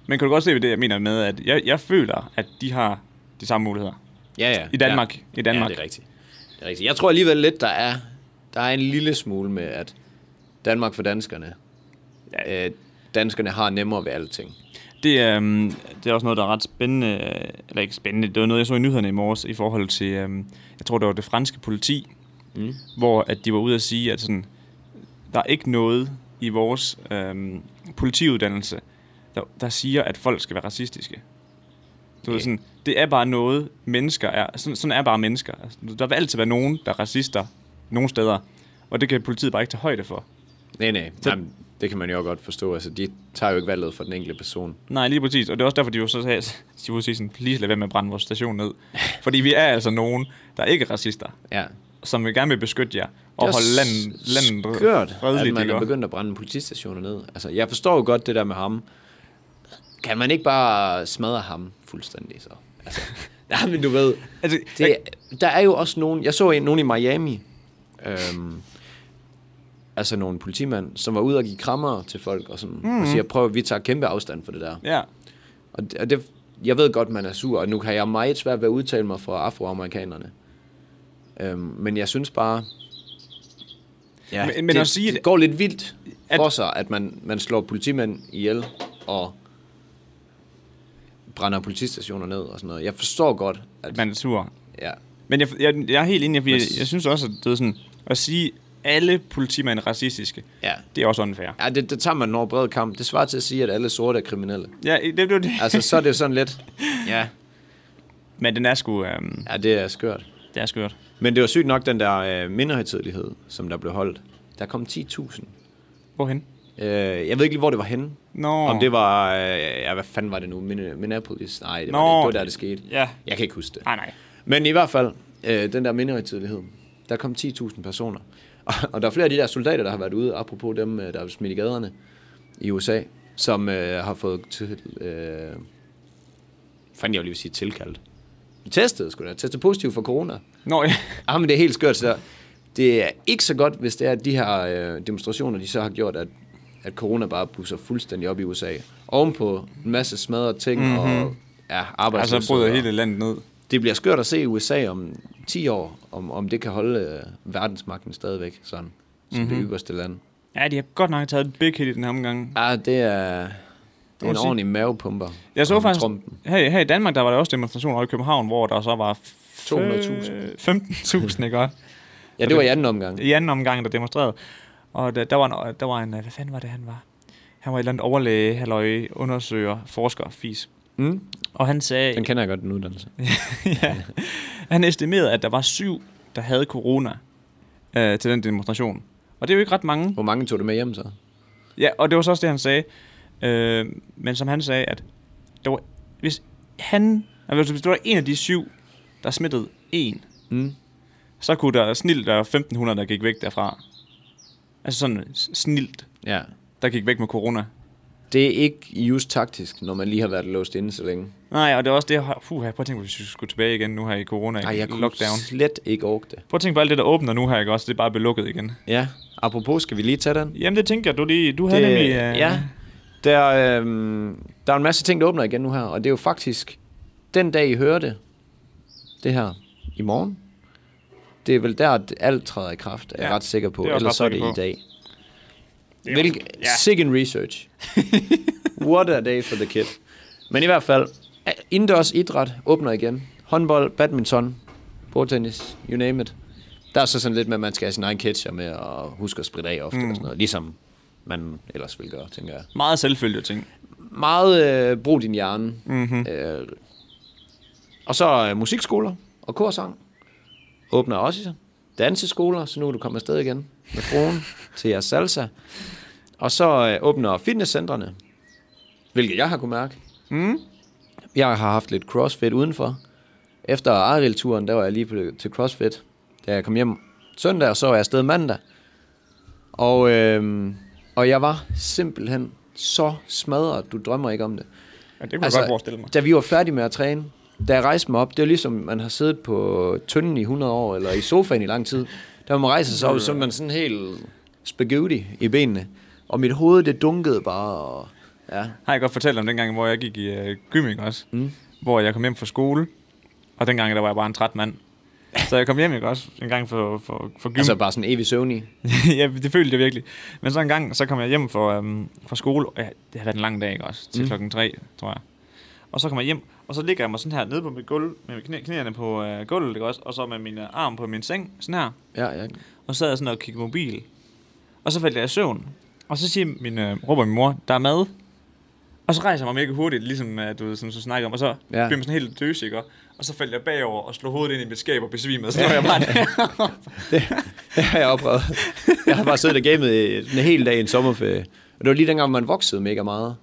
Men kan du godt se, hvad det jeg mener med, at jeg, jeg føler, at de har de samme muligheder. Ja, ja. I Danmark. I Danmark. Ja, det er rigtigt. Det er rigtigt. Jeg tror alligevel lidt, der er, der er en lille smule med, at Danmark for danskerne. Ja. Øh, danskerne har nemmere ved alting. Det, øhm, det er også noget, der er ret spændende, øh, eller ikke spændende, det var noget, jeg så i nyhederne i morges i forhold til, øhm, jeg tror, det var det franske politi, mm. hvor at de var ude at sige, at sådan, der er ikke noget i vores øhm, politiuddannelse, der, der siger, at folk skal være racistiske. Du ved, Okay. sådan, det er bare noget, mennesker er, sådan, sådan er bare mennesker. Altså, Der vil altid være nogen, der er racister, nogle steder, og det kan politiet bare ikke tage højde for. Nej, nej. Jamen, det kan man jo godt forstå. Altså, de tager jo ikke valget for den enkelte person. Nej, lige præcis. Og det er også derfor, de jo så sagde, de jo sige sådan, please lad være med at brænde vores station ned. Fordi vi er altså nogen, der ikke er racister, Ja. som vil gerne vil beskytte jer og holde landet, landet skørt, at fredeligt. man er ikke? begyndt at brænde politistationer ned. Altså, jeg forstår jo godt det der med ham. Kan man ikke bare smadre ham fuldstændig så? Altså, nej, men du ved, Altså, det, der er jo også nogen, jeg så en, nogen i Miami, øhm, altså nogle politimænd, som var ude og give krammer til folk og, sådan, mm. og siger, prøv, vi tager kæmpe afstand for det der. Ja, Og det, og det, jeg ved godt, man er sur, og nu kan jeg meget svært ved at udtale mig fra afroamerikanerne. Øhm, men jeg synes bare, ja, Men- men, men det, at sige, det at- går lidt vildt at- at, for sig, at man, man slår politimænd ihjel og brænder politistationer ned og sådan noget. Jeg forstår godt, at man er sur. ja, Men jeg, jeg, jeg er helt enig, fordi jeg, Men- jeg synes også, at det er sådan, at sige, alle politimænd er racistiske, ja. det er også unfair. ja det, det tager man over bred kamp. Det svarer til at sige, at alle sorte er kriminelle. Ja, det, det, det. Altså, så er det jo sådan lidt, ja, Men den er sgu, øhm, ja det er skørt. det er skørt. Men det var sygt nok, den der øh, minderhøjtidlighed, som der blev holdt. Der kom 10.000. Hvorhen? Øh, jeg ved ikke lige, hvor det var henne. Nå. Om det var... Øh, ja, hvad fanden var det nu? Min- Minneapolis? Nej, det var Nå. det ikke. Det var der, det skete. Ja. Jeg kan ikke huske det. Nej, nej. Men i hvert fald, øh, den der minderhøjtidlighed, der kom 10.000 personer. Og, og der er flere af de der soldater, der har været ude, apropos dem, øh, der er smidt i gaderne i USA, som øh, har fået til... Øh, fandt jeg jo lige vil sige tilkaldt. Testet, skulle da. Testet positiv for corona. Nå, ja. Ah, men det er helt skørt, så det er ikke så godt, hvis det er, at de her øh, demonstrationer, de så har gjort, at, at corona bare busser fuldstændig op i USA. Ovenpå en masse smadret ting mm-hmm. og ja, Mhm. arbejdsløshed. Altså, bryder og- hele landet ned. Det bliver skørt at se i USA om 10 år, om, om det kan holde øh, verdensmagten stadigvæk sådan, som mm-hmm. det ypperste land. Ja, de har godt nok taget et big hit i den her omgang. Ah, det er, det må er en sige- ordentlig mavepumper. Jeg så om faktisk, Trumpen. her, her i Danmark, der var der også demonstrationer i København, hvor der så var... f- 200.000. 15.000, ikke også? Ja, det var i anden omgang. I anden omgang, der demonstrerede. Og der, der, var en, øh, der var en... Hvad fanden var det, han var? Han var et eller andet overlæge, halløj, undersøger, forsker, fis. Mm? Og han sagde... Den kender jeg godt, den uddannelse. ja, han estimerede, at der var syv, der havde corona øh, til den demonstration. Og det er jo ikke ret mange. Hvor mange tog det med hjem så? Ja, og det var så også det, han sagde. Øh, men som han sagde, at der var, hvis han, altså, hvis- hvis der var en af de syv, der smittede en, Mm. så kunne der snilt der 1500, der gik væk derfra. Altså sådan s- snilt, Ja. der gik væk med corona. Det er ikke just taktisk, når man lige har været låst inde så længe. Nej, og det er også det, jeg har- puh, jeg prøv at tænke, hvis vi skulle tilbage igen nu her i corona, Nej, jeg kunne lockdown. slet ikke orke det. Prøv at tænke på alt det, der åbner nu her, ikke også? Det er bare belukket igen. Ja, apropos, skal vi lige tage den? Jamen, det tænker jeg, du lige, du havde det, nemlig... Øh, ja, der, øh, der er en masse ting, der åbner igen nu her, og det er jo faktisk den dag, I hører det, det her i morgen. Det er vel der, at alt træder i kraft, er jeg Ja, ret sikker på. det er jeg også Ellers så er ret det sikker i på. dag. Det er- Hvilke, ja. ja. Sick in research. What a day for the kid. Men i hvert fald, eh, indendørs idræt åbner igen. Håndbold, badminton, bordtennis, you name it. Der er så sådan lidt med, at man skal have sin egen ketcher med og huske at spritte af ofte mm. og sådan noget. Ligesom man ellers vil gøre, tænker jeg. Meget selvfølgelige ting. Meget øh, brug din hjerne. Mm-hmm. Øh, og så øh, musikskoler og korsang åbner også. Danseskoler, så nu er du kommet afsted igen med fruen til jeres salsa. Og så øh, åbner fitnesscentrene, hvilket jeg har kunne mærke. Mm. Jeg har haft lidt crossfit udenfor. Efter Arild-turen, der var jeg lige på, til crossfit, da jeg kom hjem søndag, og så var jeg afsted mandag. Og, øh, og jeg var simpelthen så smadret, du drømmer ikke om det. Ja, det kunne altså, jeg godt forestille mig. Da vi var færdige med at træne, da jeg rejste mig op, det er ligesom, man har siddet på tynden i 100 år, eller i sofaen i lang tid. Da man rejser sig op, så er man sådan helt spaghetti i benene. Og mit hoved, det dunkede bare, og Ja. Har jeg godt fortalt om dengang, hvor jeg gik i øh, gymning også. Mm. Hvor jeg kom hjem fra skole. Og dengang, der var jeg bare en træt mand. Så jeg kom hjem, ikke også? En gang for, for, for gym. Altså bare sådan evig søvnig. ja, det følte jeg virkelig. Men så en gang, så kom jeg hjem fra, øhm, fra skole, og ja, det havde været en lang dag, ikke også? Til mm. klokken tre, tror jeg. Og så kom jeg hjem, og så ligger jeg mig sådan her nede på mit gulv, med knæ, knæerne på øh, gulvet, ikke også? Og så med min øh, arm på min seng, sådan her. Ja, ja. Og så sad jeg sådan og kiggede mobil. Og så faldt jeg i søvn. Og så siger min, øh, råber min mor, der er mad. Og så rejser jeg mig mega hurtigt, ligesom øh, du ved, som du snakkede om. Og så ja. blev jeg sådan helt døs, ikke? Og så faldt jeg bagover og slog hovedet ind i mit skab og besvimede. Så lå jeg bare der. Det har jeg opprøvet. Jeg har bare siddet og gamet i en hel dag i en sommerferie. Og det var lige dengang, man voksede mega meget.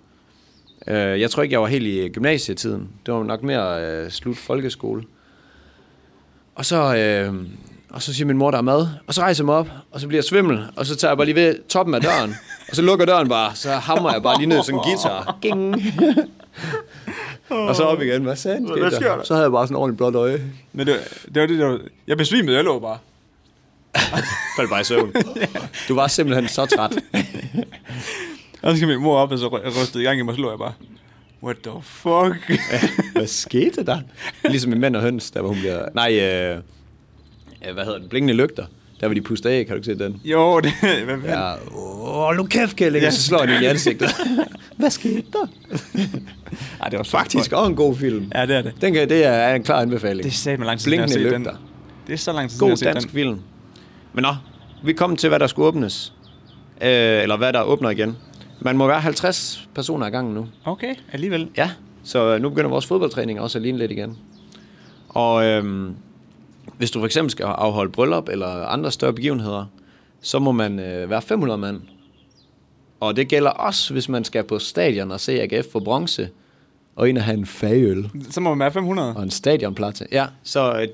Øh, Jeg tror ikke, jeg var helt i gymnasietiden. Det var nok mere øh, slut folkeskole. Og så, øh, og så siger min mor, der er mad. Og så rejser jeg mig op, og så bliver jeg svimmel. Og så tager jeg bare lige ved toppen af døren. Og så lukker døren bare. Så hammer jeg bare lige ned i sådan en guitar. Ging. og så op igen. Hvad sagde Hvad sker der? Så havde jeg bare sådan en ordentlig blåt øje. Men det, det var det, der var, Jeg besvimede, jeg lå bare. Faldt bare i søvn. Du var simpelthen så træt. Og så skal min mor op, og så ry- rystede i gang i mig, og så lå jeg bare. What the fuck? Hvad skete der? Ligesom i Mænd og Høns, der hvor hun bliver... Nej, øh, øh, hvad hedder den? Blinkende lygter. Der vil de puste af, kan du ikke se den? jo, det, hvad fanden? Ja, åh, nu kæft, Kjell, Ja. ja. så slår han i ansigtet. hvad skete der? Ej, det var så Faktisk, godt. og en god film. Ja, det er det. Den kan, det er en klar anbefaling. Det er satme lang tid siden, jeg har Blinkende set den. lygter. Det er så lang tid siden, God jeg har dansk set den. film. Men nå, vi kom til, hvad der skulle åbnes. Øh, eller hvad der åbner igen. Man må være 50 personer ad gangen nu. Okay, alligevel. Ja, så øh, nu begynder vores fodboldtræning også at ligne lidt igen. Og øhm, hvis du for eksempel skal afholde bryllup eller andre større begivenheder, så må man øh, være 500 mand. Og det gælder også, hvis man skal på stadion og se AGF for bronze, og ind og have en fagøl Så må man være 500. og en stadionplatte. Ja, så øh,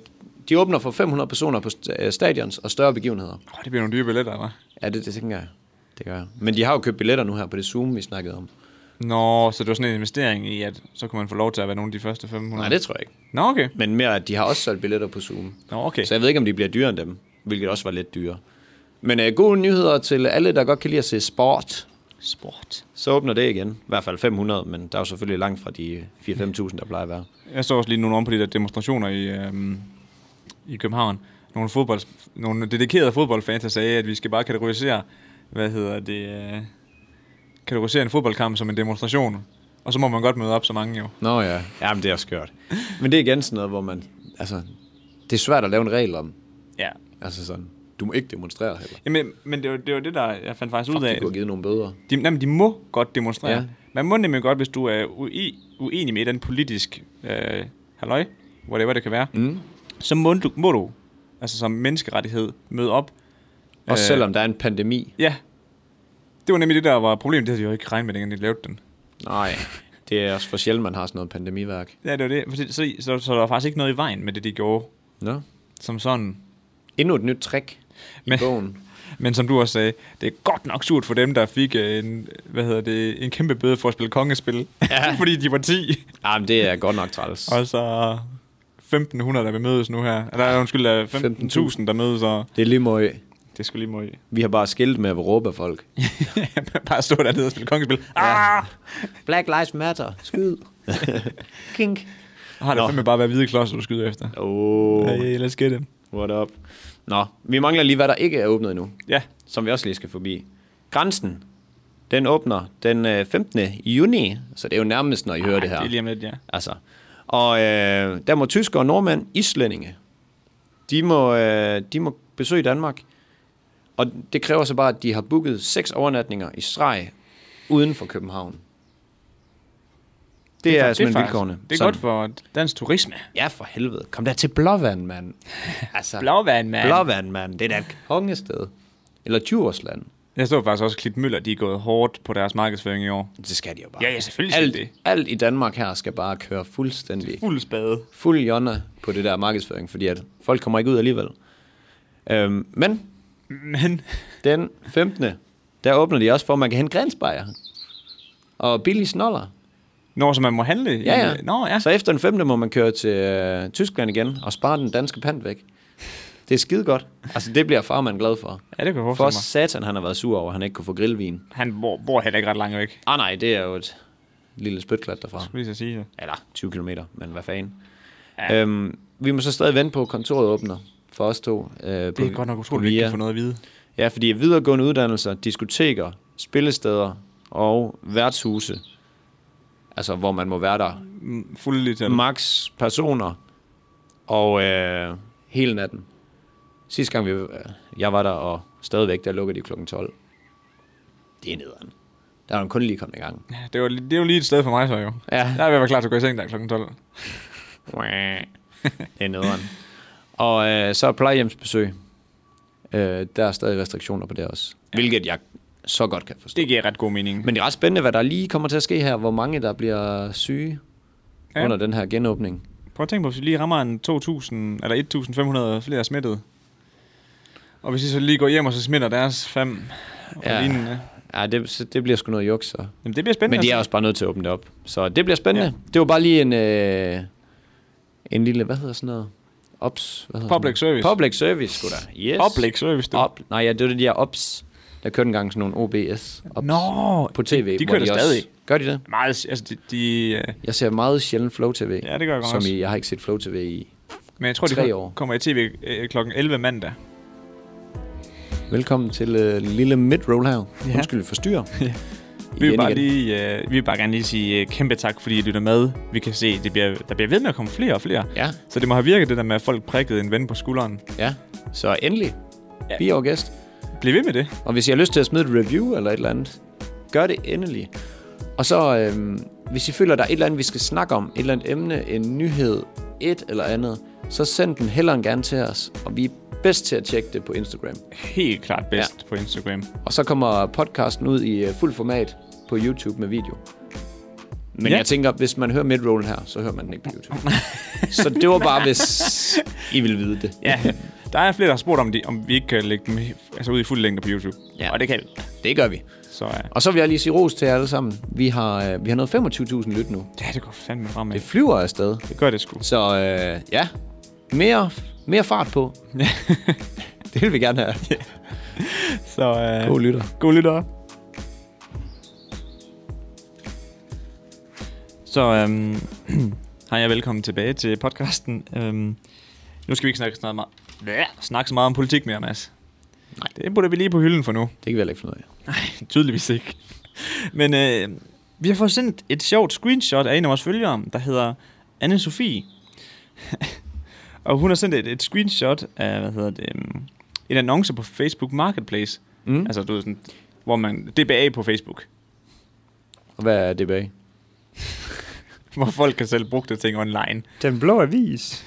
de åbner for 500 personer på st- øh, stadions og større begivenheder. Oh, det bliver nogle dyre billetter, hva'? Ja, det, det tænker jeg. Det gør jeg. Men de har jo købt billetter nu her på det Zoom, vi snakkede om. Nå, så det var sådan en investering i, at så kunne man få lov til at være nogle af de første 500. Nej, det tror jeg ikke. Nå, okay. Men mere, at de har også solgt billetter på Zoom. Nå, okay. Så jeg ved ikke, om de bliver dyrere end dem, hvilket også var lidt dyrere. Men øh, gode nyheder til alle, der godt kan lide at se sport. Sport. Så åbner det igen. I hvert fald 500, men der er jo selvfølgelig langt fra de 4-5.000, der plejer at være. Jeg så også lige nogle om på de der demonstrationer i, øhm, i København. Nogle, fodbold, nogle dedikerede fodboldfans, der sagde, at vi skal bare kategorisere, hvad hedder det, øh, kategorisere en fodboldkamp som en demonstration. Og så må man godt møde op så mange jo. Nå ja, jamen det er skørt. Men det er igen sådan noget, hvor man... Altså, det er svært at lave en regel om. Ja. Altså sådan, du må ikke demonstrere heller. Jamen, men det var, det var det, der jeg fandt faktisk ud af. De kunne have givet nogle bøder. De, nej, men de må godt demonstrere. Ja. Ja. Man må nemlig godt, hvis du er ui, uenig med et eller andet politisk øh, halløj, whatever det kan være, mm. så må du, må du, altså som menneskerettighed, møde op. Også Øh. selvom der er en pandemi. Ja. Det var nemlig det, der var problemet. Det havde de jo ikke regnet med, dengang de lavede den. Nej, det er også for sjældent, man har sådan noget pandemiværk. Ja, det var det. Fordi, så, så, så der var faktisk ikke noget i vejen med det, de gjorde, Nå. som sådan. Endnu et nyt trick i Men- bogen. Men som du også sagde, det er godt nok surt for dem, der fik øh, en, hvad hedder det, en kæmpe bøde for at spille kongespil. Ja. fordi de var 10. Jamen, det er godt nok træls. Og så 1.500, der vil mødes nu her. Eller undskyld, der er 15.000, der mødes, og Det er lige meget. det skulle lige må i. Vi har bare skilt med at råbe af folk. Bare stå dernede og spille kongespil. Ah! Black Lives Matter. Skyd. Kink. Har det Nå. fandme bare været hvide klodser, du skyder efter. Oh, Hey, let's get it. what up? Nå, vi mangler lige, hvad der ikke er åbnet endnu, Ja, som vi også lige skal forbi. Grænsen, den åbner den øh, 15. juni, så det er jo nærmest, når I hører det her. det er lige om lidt, ja. Altså. Og øh, der må tyskere, nordmænd, islændinge, de må, øh, de må besøge Danmark. Og det kræver så bare, at de har booket seks overnatninger i streg uden for København. Det, det er, er simpelthen faktisk- vilkårene. Det er Sådan. godt for dansk turisme. Ja, for helvede. Kom der til Blåvand, mand. altså, Blåvand, mand. Blåvand, mand. Det er da et kongested. Eller Djursland. Jeg så faktisk også, at Klit Møller, de er gået hårdt på deres markedsføring i år. Det skal de jo bare. Ja, ja, selvfølgelig skal alt, de det. alt i Danmark her skal bare køre fuldstændig Fuld spade. fuld jonna på det der markedsføring, fordi at folk kommer ikke ud alligevel. Øhm, men Men den 15. der åbner de også for, at man kan hente grænsbajer og billige snoller. når så man må handle. i- Ja, ja. Nå, ja. øh, Så efter den 5. må man køre til øh, Tyskland igen og spare den danske pant væk. Det er skide godt. Altså, det bliver farmand glad for. Ja, det kan jeg For forestille mig. satan, han har været sur over, at han ikke kunne få grillvin. Han bor, bor heller ikke ret langt væk, Ah nej, det er jo et lille spytklat derfra. hvis jeg sige det. Eller 20 km, men hvad fanden. Ja. Øhm, vi må så stadig vente på, at kontoret åbner for os to. Øh, Det er godt nok utroligt, at vi ikke kan få noget at vide. Ja, fordi videregående uddannelser, diskoteker, spillesteder og værtshuse, altså hvor man må være der, Mm, Fuldt lidt eller- max personer og øh, hele natten. Sidste gang vi, øh, jeg var der, og stadigvæk, der lukker de klokken 12. Det er nederen. Der er jo en kun lige kommet i gang. Ja, Det var, li- det var lige et sted for mig så jo. Ja. Jeg er ved at være klar til at gå i seng der kl. 12. Det er nederen. Og øh, så er plejehjemsbesøg. Øh, der er stadig restriktioner på det også. Hvilket jeg så godt kan forstå. Det giver ret god mening. Men det er ret spændende, hvad der lige kommer til at ske her. Hvor mange, der bliver syge Ja. ja. under den her genåbning. Prøv at tænke på, hvis vi lige rammer en 2.000 eller 1.500 flere smittede. Og hvis I så lige går hjem og så smitter deres fem og Ja. lignende. Ja, det, så det bliver sgu noget juks. Så. Jamen, det bliver spændende. Men de er altså. også bare nødt til at åbne det op. Så det bliver spændende. Ja. Det var bare lige en, øh, en lille, hvad hedder sådan noget? Ops, hvad hedder Public sådan noget? service. Public service, sgu da. Yes. Oplæg service. du. Op. Nej, ja, det var det, de her ops. Der kørte engang sådan nogle OBS. Ops. Nå, På tv. de hvor kører det stadig. Også, gør de det? meget, s- altså de, de øh, Jeg ser meget sjældent Flow TV. Ja, det gør jeg godt Som også. I, jeg har ikke set Flow TV i. men jeg tror, de Tre kom- år. kommer i tv øh, klokken 11 mandag. Velkommen til øh, lille midroll her. Ja. Ja. Undskyld, vi forstyrrer. ja. Vi vil, bare lige, øh, vi vil bare gerne lige sige øh, kæmpe tak, fordi I lytter med. Vi kan se, det bliver, der bliver ved med at komme flere og flere. Ja, Så det må have virket, det der med, at folk prikkede en ven på skulderen. ja. Så endelig. Ja. Ja. Vi er jo gæst. Bliv ved med det. Og hvis I har lyst til at smide et review eller et eller andet, gør det endelig. Og så, øhm, hvis I føler, der er et eller andet, vi skal snakke om, et eller andet emne, en nyhed, et eller andet, så send den hellere end gerne til os. Og vi er bedst til at tjekke det på Instagram. Helt klart bedst ja. på Instagram. Og så kommer podcasten ud i øh, fuld format på YouTube med video. Men Ja. ja. jeg tænker, hvis man hører midrollen her, så hører man den ikke på YouTube. så det var bare, hvis I ville vide det. Ja, der er flere, der har spurgt, om, de, om vi ikke kan lægge dem he- altså ud i fuld længde på YouTube. Ja. Og det kan vi. Det gør vi. Så øh, Og så vil jeg lige sige ros til jer alle sammen. Vi har, øh, vi har nået 25.000 lyt nu. ja, det går fandme frem med. Det flyver afsted. Det gør det sgu. Så øh, ja, mere, mere fart på. det vil vi gerne have. Så øh, God lytter. god lytter. Så øhm, hej og velkommen tilbage til podcasten. Øhm, nu skal vi ikke snakke, snakke, meget, snakke så meget om politik mere, Mads. Nej. Det putter vi lige på hylden for nu. Det kan vi heller ikke finde ud af. Nej, tydeligvis ikke. Men øh, vi har fået sendt et sjovt screenshot af en af vores følgere, der hedder anne Sofie. og hun har sendt et, et screenshot af, hvad hedder det, um, en annonce på Facebook Marketplace. Mm. Altså, du ved sådan, hvor man, DBA på Facebook, Og hvad er det bag? hvor folk kan sælge brugte ting online. Den blå avis.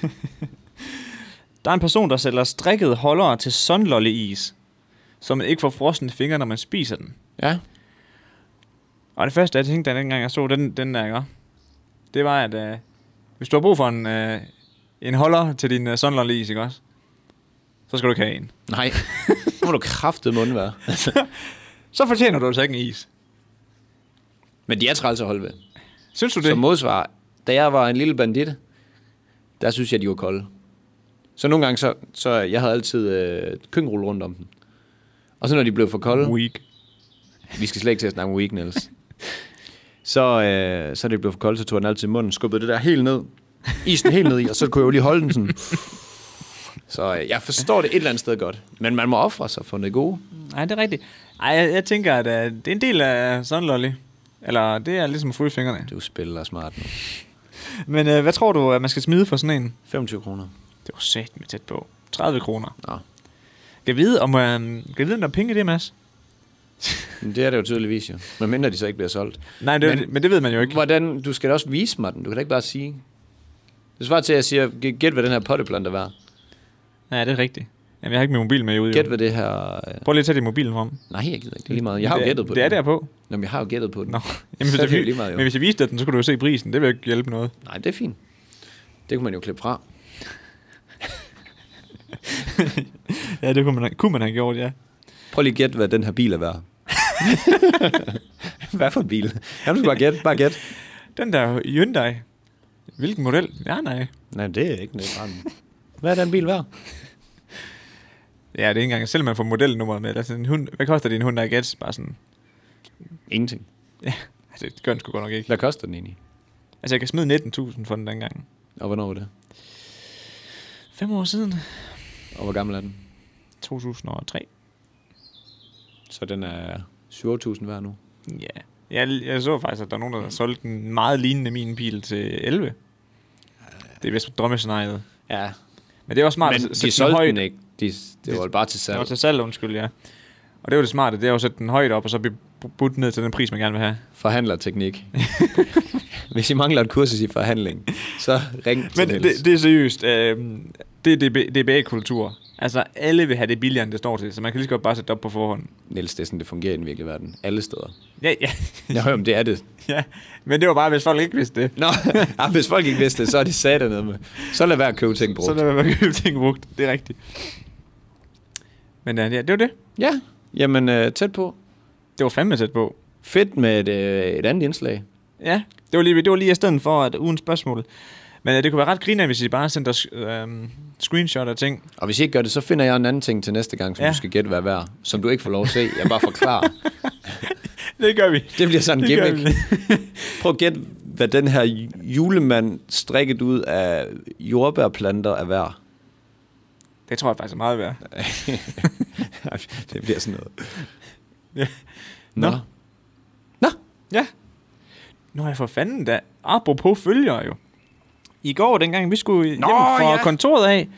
Der er en person, der sælger strikkede holdere til sunlolleis, så man ikke får frossen i fingre, når man spiser den. Ja, Og det første, jeg tænkte, da dengang jeg så den, den der, ikke? det var, at øh, hvis du har brug for en, øh, en holder til din øh, sunlund is, ikke også? Så skal du ikke have en. nej. Nu må du kraftedeme undvære. Så fortjener du altså ikke en is. Men de er træls at holde ved. Synes du det? Som modsvar, da jeg var en lille bandit, der synes jeg, de var kolde. Så nogle gange, så, så jeg havde altid øh, køkkenrulle rundt om dem. Og så når de blev for kolde, Weak. Vi skal slet ikke til at snakke om weak, Niels. Så, øh, så er det blevet for koldt, så tog jeg den altid i munden, skubbede det der helt ned, isen helt ned i, og så kunne jeg jo lige holde den sådan. Så øh, jeg forstår det et eller andet sted godt, men man må ofre sig for noget gode. Nej, det er rigtigt. Ej, jeg, jeg tænker, at øh, det er en del af sunlolly. Eller det er ligesom at fryse fingrene. Du spiller smart nu. Men øh, hvad tror du, at man skal smide for sådan en? 25 kroner. Det var sat med tæt på. 30 kroner. Nå, Kan vide, om, øh, kan vide, om der er penge i det, Mads? men det er det jo tydeligvis jo. Men mindre de så ikke bliver solgt. Nej, det, men, Men- men det ved man jo ikke. Hvordan, du skal da også vise mig den, du kan da ikke bare sige. Det svarer til, at jeg siger, "Gæ- gæt hvad den her potteplante var. Ja, det er rigtigt. Jamen, jeg har ikke min mobil med ude. jo. Gæt hvad det her... øh, Prøv lige at tage din mobil frem. Nej, jeg gider ikke, det er lige meget. Jeg har jo gættet på det. Det er den. derpå. Nå, men jeg har jo gættet på den. Nå, Jamen, hvis Så er jeg, det jo vi- lige meget, jo. men hvis jeg viste dig den, så kunne du jo se prisen. Det vil jo ikke hjælpe noget. Nej, det er fint. Det kunne man jo klippe fra. Ja, det kunne man, kunne man have gjort, ja. Prøv lige at gætte, hvad den her bil er værd. hvad for en bil? Jamen, du bare gætte, bare gætte. Den der Hyundai. Hvilken model? Ja, nej. Nej, det er ikke noget branden. Hvad er den bil værd? Ja, det er ikke engang, selvom man får modelnummeret med. Altså, en hund, hvad koster din hund, der er gats? Bare sådan, Ingenting. ja, altså, det gør den sgu godt nok ikke. Hvad koster den egentlig? Altså, jeg kan smide 19.000 for den dengang. Og hvornår var det? Fem år siden. Og hvor gammel er den? 2003. Så den er 7.000 værd nu. Ja. Jeg, jeg så faktisk, at der er nogen, der har solgt en meget lignende min bil til 11. Det er vist drømmescenariet. Ja, Men det var smart. men at sætte de solgte højt- den ikke. De, det var bare til Det var salg. til salg, undskyld, ja. Og det var det smarte, det er jo at sætte den højt op, og så blive budt ned til den pris, man gerne vil have. Forhandlerteknik. Hvis I mangler et kursus i forhandling, så ring til Men Niels. det, det er seriøst, øh, det er DB, DBA-kultur. Altså, alle vil have det billigere, end det står til, så man kan lige så godt bare sætte det op på forhånd. Niels, det er sådan, det fungerer i den virkelige verden. Alle steder. Ja, ja, Jeg hører, om det er det. ja. Men det var bare, hvis folk ikke vidste det. Nå, ja, hvis folk ikke vidste det, så er de sat noget med. Så lad være at købe ting brugt. Så lad være med at købe ting brugt. Det er rigtigt. Men øh, ja, det var det. Ja, jamen øh, tæt på. Det var fandme tæt på. Fedt med et, øh, et andet indslag. Ja, det var lige, det var lige i stedet for at ugen spørgsmål. Men øh, det kunne være ret griner, hvis I bare sendte os øh, screenshot af ting. Og hvis I ikke gør det, så finder jeg en anden ting til næste gang, som Ja. ja. du skal gætte, hvad er værd. Som du ikke får lov at se. Jeg bare forklarer. Det gør vi. Det bliver sådan en Det gør gimmick. Prøv at gætte, hvad den her ju- julemand strikket ud af jordbærplanter er værd. Det tror jeg faktisk er meget værd. det bliver sådan noget. Ja. Nå. Nå. Nå. Ja. Nå, jeg for fanden da. Apropos følger jo. I går, dengang vi skulle hjem Nå, fra ja. ja. kontoret af,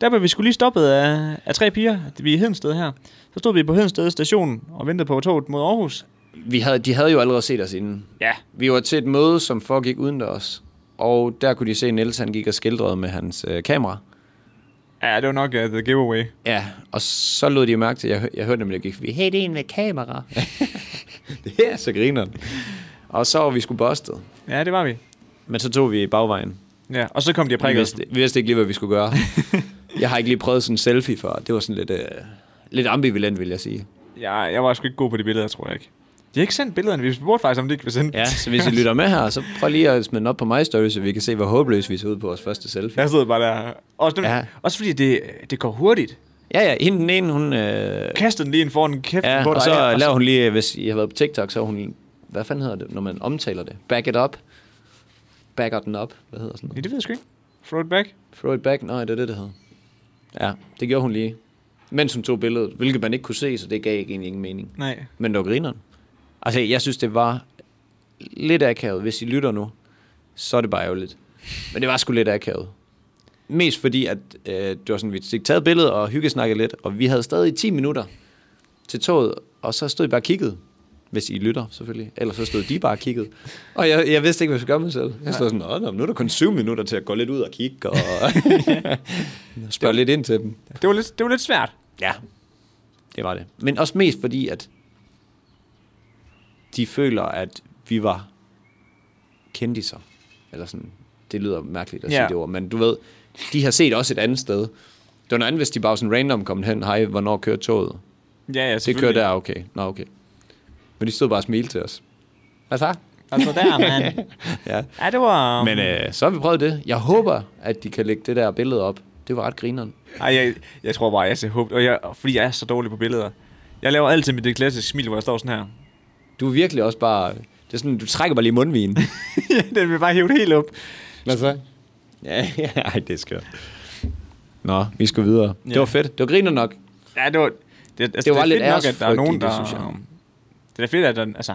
der blev vi skulle lige stoppet af, af tre piger. Vi er i Hedensted her. Så stod vi på Hedensted station og ventede på toget mod Aarhus. Vi havde, de havde jo allerede set os inden. Ja. Vi var til et møde, som foregik udendørs. Og der kunne de se, at Niels han gik og skildrede med hans øh, kamera. Ja, det var nok uh, the giveaway. Ja, og så lod de jo mærke til, jeg, hø- jeg hørte nemlig, at jeg gik forbi, hey, det er en med kamera. det er så grineren. Og så var vi sgu bustet. Ja, det var vi. Men så tog vi i bagvejen. Ja, og så kom de og Vi prikkede os. vidste, vi vidste ikke lige, hvad vi skulle gøre. jeg har ikke lige prøvet sådan en selfie før. Det var sådan lidt, øh, lidt ambivalent, vil jeg sige. Ja, jeg var sgu ikke god på de billeder, tror jeg ikke. De har ikke sendt billederne. Vi spurgte faktisk, om de ikke ville sende Ja, så hvis I lytter med her, så prøv lige at smide den op på mig story, så vi kan se, hvor håbløs vi så ud på vores første selfie. Jeg sidder bare der. Også, dem, ja. Ja. også fordi det, det går hurtigt. Ja, ja, hende den ene, hun... Øh, Kaster den lige ind foran kæften ja, på dig. og så ja, laver hun lige, hvis I har været på TikTok, så har hun... Hvad fanden hedder det, når man omtaler det? Back it up. Backer den op. Hvad hedder sådan noget? Ja, det ved jeg sgu ikke. Throw it back. Throw it back? Nej, det er det, det hedder. Ja, det gjorde hun lige. Mens hun tog billedet, hvilket man ikke kunne se, så det gav ikke egentlig ingen mening. Nej. Men det var grineren. Altså, jeg synes, det var lidt akavet. Hvis I lytter nu, så er det bare ærgerligt. Men det var sgu lidt akavet. Mest fordi, at øh, det var sådan, vi fik taget billedet og hyggesnakket lidt, og vi havde stadig 10 minutter til toget, og så stod I bare og kiggede. Hvis I lytter, selvfølgelig. Ellers så stod de bare og kiggede. Og jeg, jeg vidste ikke, hvad jeg skulle gøre med mig selv. Jeg stod sådan, "Nå, nå, nu er der kun 7 minutter til at gå lidt ud og kigge, og spørge lidt ind til dem. Det var lidt, det var lidt svært. Ja, det var det. Men også mest fordi, at de føler, at vi var kendiser. Eller sådan, det lyder mærkeligt at Ja. sige det ord, men du ved, de har set os et andet sted. Det var noget andet, hvis de bare sådan random kom hen, hej, hvornår kører toget? Ja, ja, Det kører der, okay. Nå, okay. Men de stod bare og smilte til os. Hvad så? Altså der, mand. Ja. Ja, det var... Men øh, så har vi prøvet det. Jeg håber, at de kan lægge det der billede op. Det var ret grineren. Ej, jeg, jeg tror bare, jeg ser håb. Og jeg, fordi jeg er så dårlig på billeder. Jeg laver altid mit det klassiske smil, hvor jeg står sådan her. Du er virkelig også bare... Det er sådan, du trækker bare lige mundvigen. Ja, Den vil bare hæve det helt op. Hvad så? Ja, ja, ej, det er skørt. Nå, vi skal videre. Ja. Det var fedt. Det var griner nok. Ja, det var... Det, altså, var lidt fedt nok, at der er nogen, æresfrygtigt, der... det synes jeg. Det er da fedt, at der... Altså,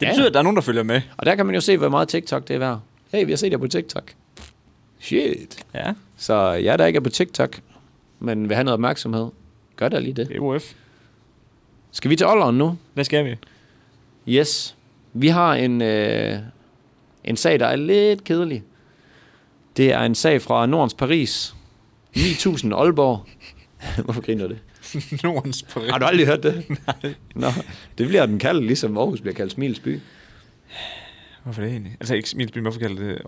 det Ja. betyder, at der er nogen, der følger med. Og der kan man jo se, hvor meget TikTok det er værd. Hey, vi har set jer på TikTok. Shit. Ja, Så jeg der ikke er på TikTok, men vil have noget opmærksomhed, gør da lige det. EOF. Skal vi til Olleren nu? Hvad skal vi? Yes. Vi har en, øh, en sag, der er lidt kedelig. Det er en sag fra Nordens Paris. 9000 Aalborg. Hvorfor griner du det? Nordens på Har du aldrig hørt det? Nej. Nå, det bliver den kaldt, ligesom Aarhus bliver kaldt Smils by. Hvorfor det egentlig? Altså ikke Smilsby, hvorfor kalder det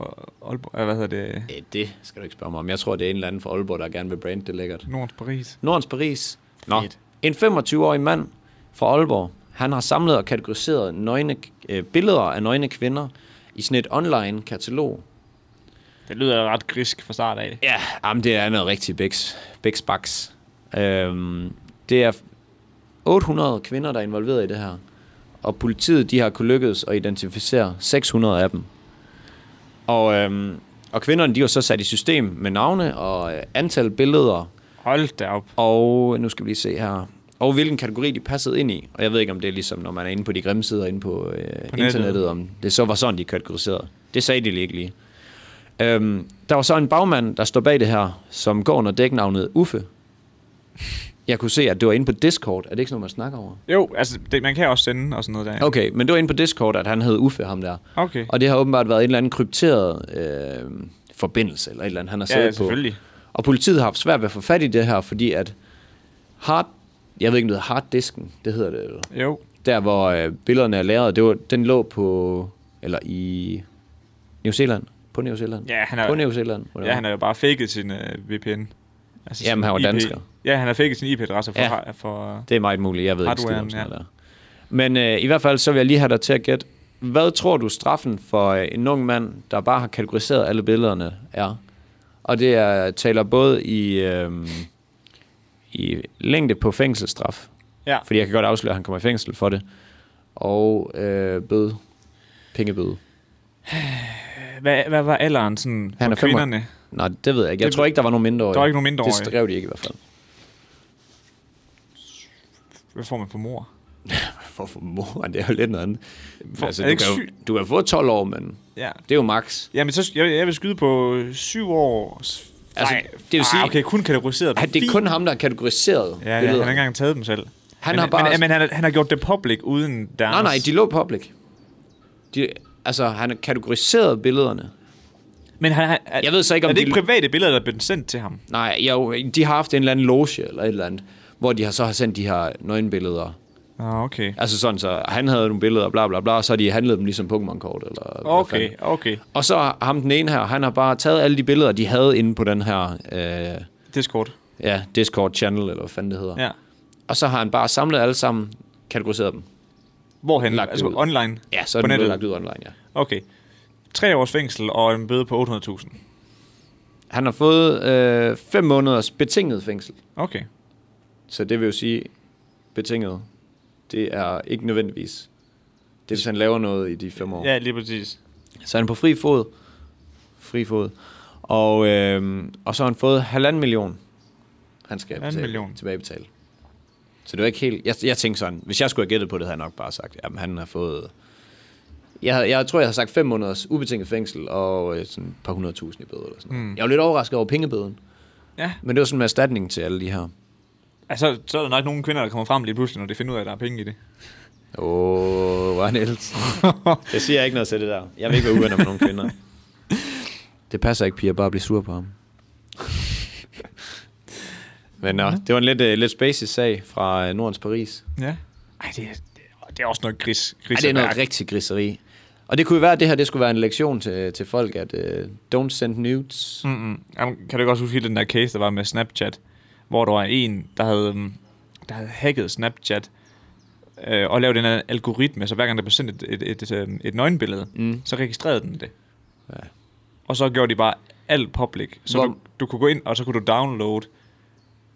Aalborg? øh, Hvad hedder det? Øh, det skal du ikke spørge mig om. Jeg tror, det er en eller anden fra Aalborg, der gerne vil brande det lækkert. Nordens Paris. Nordens Paris. Nå. Fedt. En 25-årig mand fra Aalborg, han har samlet og kategoriseret nøgne, øh, billeder af nøgne kvinder i sådan et online-katalog. Det lyder ret grisk fra start af. Ja, jamen, det er noget rigtig biks, biks baks. Øhm, det er 800 kvinder, der er involveret i det her. Og politiet, de har kunnet lykkes at identificere 600 af dem. Og, øhm, og kvinderne, de var så sat i system med navne og øh, antal billeder. Hold da op. Og nu skal vi lige se her. Og hvilken kategori de passede ind i. Og jeg ved ikke, om det er ligesom, når man er inde på de grimme sider inde på, øh, på internettet, om det så var sådan, de kategoriserede. Det sagde de ikke lige. Øhm, der var så en bagmand, der står bag det her, som går under dæknavnet Uffe. Jeg kunne se, at det var inde på Discord. Er det ikke sådan noget, man snakker over? Jo, altså, det, man kan også sende og sådan noget der. ikke? Okay, men det var inde på Discord, at han hed Uffe, ham der. Okay. Og det har åbenbart været en eller anden krypteret øh, forbindelse, eller et eller andet, han har Ja, siddet ja, på. selvfølgelig. Og politiet har haft svært ved at få fat i det her, fordi at hard, jeg ved ikke, om det hedder harddisken, det hedder det, eller? Jo. der hvor øh, billederne er lagret, det var, den lå på, eller i New Zealand, på New Zealand, Ja, han er- på New Zealand, whatever. Ja, han har jo bare faked sin øh, VPN. Altså, sin Jamen, han var IP. dansker. Ja, han har faked sin IP-adresse for... Ja. Ja. for øh, Det er meget muligt, jeg ved ikke skid om Hardwaren, sådan ja. noget der. Men øh, i hvert fald, så vil jeg lige have dig til at gætte. Hvad tror du straffen for øh, en ung mand, der bare har kategoriseret alle billederne, er? Og det er, taler både i, øh, i længde på fængselsstraf, ja. fordi jeg kan godt afsløre, at han kommer i fængsel for det, og øh, bøde, pengebøde. Hvad, hvad var alderen sådan Han han er på fem år. kvinderne? Nej, det ved jeg ikke. Jeg Det- tror ikke, der var nogen mindreårige. Der var ikke nogen mindreårige. Det skrev de ikke i hvert fald. Hvad får man for mor? Hvorfor mor? Det er jo lidt noget andet. For- altså, er det du, ikke kan jo, sygt? du kan få 12 år, men Ja. det er jo max. Jamen, så, jeg, jeg vil skyde på syv år. Altså, Altså, Nej, det vil sige- ah, okay, kun kategoriseret på Han, det er fint. kun ham, der er kategoriseret Ja, ja, han har ikke engang taget dem selv. Han men, har bare- men, men han, har- han har gjort det public uden deres... Nej, nej, de lå public. De, altså, han har kategoriseret billederne. Men han, han, er- Jeg ved så ikke, om er det de- ikke private billeder, der er blevet sendt til ham? Nej, jo, de har haft en eller anden loge eller et eller andet, hvor de har så har sendt de her nøgenbilleder. Ah, okay. Altså sådan, så han havde nogle billeder, bla bla bla, og så har de handlet dem ligesom Pokémon-kort. Eller hvad fanden. Okay, okay. Og så har ham den ene her, han har bare taget alle de billeder, de havde inde på den her øh, Discord. ja, Discord-channel, eller hvad fanden det hedder. Ja. Og så har han bare samlet alle sammen, kategoriseret dem. Hvorhen? Lagt det altså ud. online? Ja, så er På den blevet nettet. lagt ud online, ja. Okay. Tre års fængsel og en bøde på 800.000. Han har fået øh, fem måneders betinget fængsel. Okay. Så det vil jo sige, betinget, det er ikke nødvendigvis. Det er, hvis han laver noget i de fem år. Ja, lige præcis. Så er han på fri fod. Fri fod. Og, øh, og så har han fået halvanden million. Han skal Halvanden betale, million. tilbagebetale. Så det var ikke helt... Jeg, jeg tænkte sådan, hvis jeg skulle have gættet på det, havde jeg nok bare sagt, jamen han har fået... Jeg, havde- jeg tror, jeg har sagt fem måneders ubetinget fængsel og øh, sådan et par hundredtusind i bøde eller sådan noget. Mm. Jeg var lidt overrasket over pengebøden. Ja. Men det var sådan en erstatning til alle de her. Altså, så er der nok nogle kvinder, der kommer frem lige pludselig, når de finder ud af, at der er penge i det. Åh, oh, hvad Niels? jeg siger ikke noget til det der. Jeg vil ikke være uvenner med nogen kvinder. Det passer ikke, Pia, bare at blive sur på ham. Men nå, det var en lidt, uh, lidt spacey sag fra øh, Nordens Paris. Ja. Ej, det er, det er- det er også noget gris. gris Ej, det er noget rigtig griseri. Og det kunne jo være, at det her det skulle være en lektion til, til folk, at uh, don't send nudes. Mm-mm. Jamen, kan du ikke også huske hele den der case, der var med Snapchat, hvor der var en, der havde, øhm, der havde hacket Snapchat øh, og lavet den her algoritme, så hver gang der blev sendt et, et, et, øhm, et nøgenbillede, mm. så registrerede den det. Ja. Og så gjorde de bare alt public. Så Hvor- du, du kunne gå ind, og så kunne du downloade.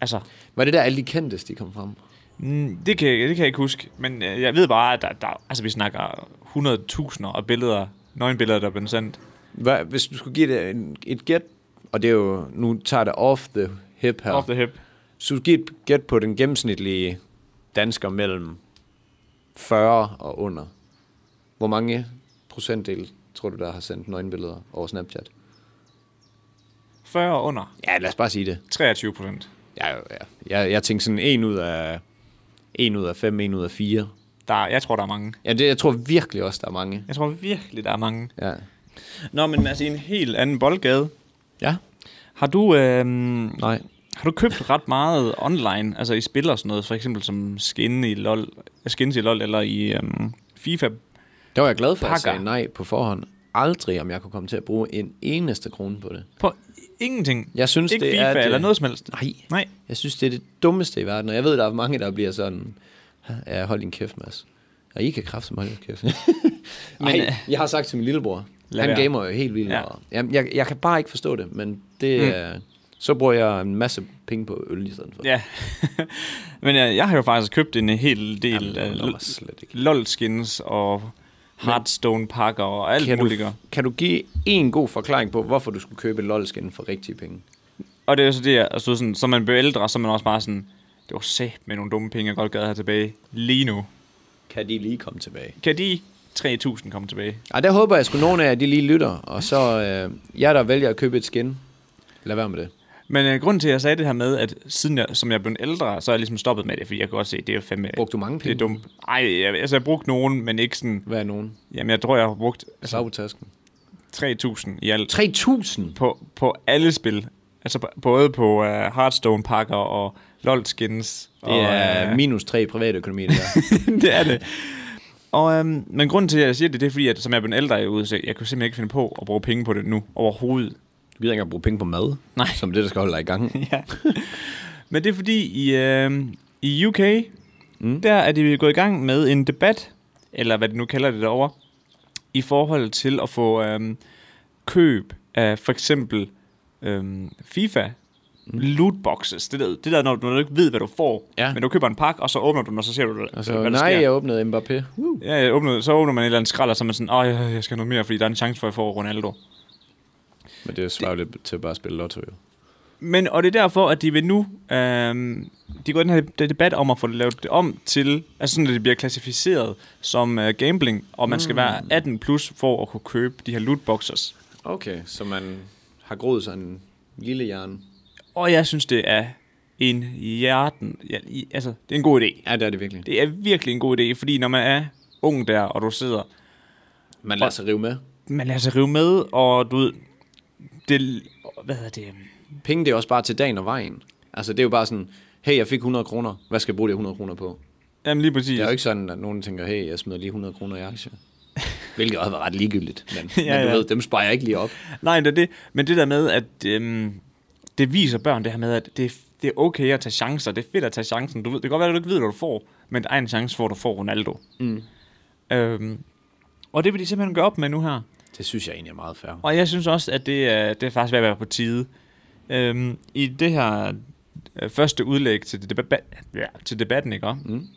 Altså, Var det der alle de kendtes, de kom frem? mm, det, kan, jeg- det kan jeg ikke huske, men øh, jeg ved bare, at der, der, altså, vi snakker 100.000 af billeder, nøgenbilleder, der er blevet sendt. Hvad, hvis du skulle give det en, et gæt, og det er jo, nu tager jeg det off the hip her. Ja. Off the hip. Så du giver et gæt på den gennemsnitlige dansker mellem 40 og under. Hvor mange procentdel tror du, der har sendt nøgenbilleder over Snapchat? 40 og under. Ja, lad os bare sige det. 23 procent. Ja, ja. Jeg, jeg tænkte sådan en ud af, en ud af fem, en ud af fire. Der, er- jeg tror, der er mange. Ja, det, jeg tror virkelig også, der er mange. Jeg tror virkelig, der er mange. Ja. Nå, men altså i en helt anden boldgade. Ja? Har du, øhm, Nej. har du købt ret meget online, altså i spil og sådan noget, for eksempel som skin i LOL, øh, skins i LOL eller i øhm, FIFA? Der var jeg glad for, at jeg Pakker. sagde nej på forhånd. Aldrig, om jeg kunne komme til at bruge en eneste krone på det. På ingenting. Jeg synes, Ikke det FIFA er det- eller noget som helst. Nej. Nej. Jeg synes, det er det dummeste i verden, og jeg ved, der er mange, der bliver sådan, ja, hold din kæft, Mads. Og I kan kræfte mig, kæft. men, Men, øh, Ej, jeg har sagt til min lillebror, Lad han være. gamer jo helt vildt Ja. meget. Jamen, jeg, jeg kan bare ikke forstå det, men det, mm. Så bruger jeg en masse penge på øl i stedet for. Ja. Men øh, jeg, jeg har jo faktisk købt en hel del Jamen, det var Jamen, nok af også slet ikke. LOL-skins og Hearthstone pakker og alt Kan du, muligt. gør. kan du give en god forklaring på, hvorfor du skulle købe lol skin for rigtige penge? Og det er jo så det, altså sådan, som man bliver ældre, så er man også bare sådan, det var sæt med nogle dumme penge, jeg godt gad have tilbage lige nu. Kan de lige komme tilbage? Kan de 3.000 komme tilbage? Ej, der håber jeg sgu, nogen af jer de lige lytter, og så øh, jer, der vælger at købe et skin, lad være med det. Men øh, grunden til, at jeg sagde det her med, at siden jeg, som jeg er blevet ældre, så er jeg ligesom stoppet med det, fordi jeg kan godt se, at det er jo fandme... Brugte du mange det er penge? dumt. Ej, jeg, altså jeg brugte nogen, men ikke sådan... Hvad er nogen? Jamen jeg tror, jeg har brugt altså, Slag på tasken. 3.000 i alt 3.000? på, på alle spil. Altså b- både på uh, Hearthstone-pakker og LOL-skins. Det og, er øh, minus 3 i privatøkonomi, det der. det er det. Og, øhm, men grunden til, at jeg siger det, det er fordi, at som jeg er blevet ældre i USA, jeg kunne simpelthen ikke finde på at bruge penge på det nu overhovedet. Du gider ikke engang bruge penge på mad, Nej. som det, der skal holde dig i gang. Ja. men det er fordi, i, øhm, i UK, mm. der er de gået i gang med en debat, eller hvad de nu kalder det derovre, i forhold til at få øhm, køb af for eksempel øhm, FIFA Mm. lootboxes. Det der, det der når, du, når du ikke ved, hvad du får, Ja. men du køber en pakke, og så åbner du den, og så ser du, Altså, hvad der nej, sker. jeg åbnede Mbappé. Woo. Ja, jeg åbnede, så åbner man et eller andet skrald, og så er man sådan, åh, jeg, jeg skal have noget mere, fordi der er en chance for, at jeg får Ronaldo. Men det svarer jo lidt til at bare spille lotto, jo. Men, og det er derfor, at de vil nu, øhm, de går i den her debat om at få lavet det om til, altså sådan, at det bliver klassificeret som uh, gambling, og man mm. skal være 18 plus for at kunne købe de her lootboxes. Okay, så man har groet sig en lille hjerne. Og jeg synes, det er en hjerten, ja, i, altså, det er en god idé. Ja, det er det virkelig. Det er virkelig en god idé, fordi når man er ung der, og du sidder, Man lader sig rive med. man lader sig rive med, og du ved, det, hvad hedder det, Penge, det er også bare til dagen og vejen. Altså, det er jo bare sådan, hey, jeg fik 100 kroner. Hvad skal jeg bruge de 100 kroner på? jamen lige præcis. Det er jo ikke sådan, at nogen tænker, hey, jeg smider lige 100 kroner i aktier. Hvilket også var ret ligegyldigt. Men, ja, men du ja. ja. ved, dem sparer jeg ikke lige op. Nej, det er det. Men det der med, at øhm, det viser børn det her med, at det, er- det er okay at tage chancer. Det er fedt at tage chancen. Du ved, det kan godt være, at du ikke ved, hvad du får, men der er en chance for, at du får Ronaldo. Mm. Øhm, og det vil de simpelthen gøre op med nu her. Det synes jeg egentlig er meget fair. Og jeg synes også, at det er, det er faktisk ved at være på tide. Øhm, I det her øh, første udlæg til, debat, ja, til debatten, ikke? Mm.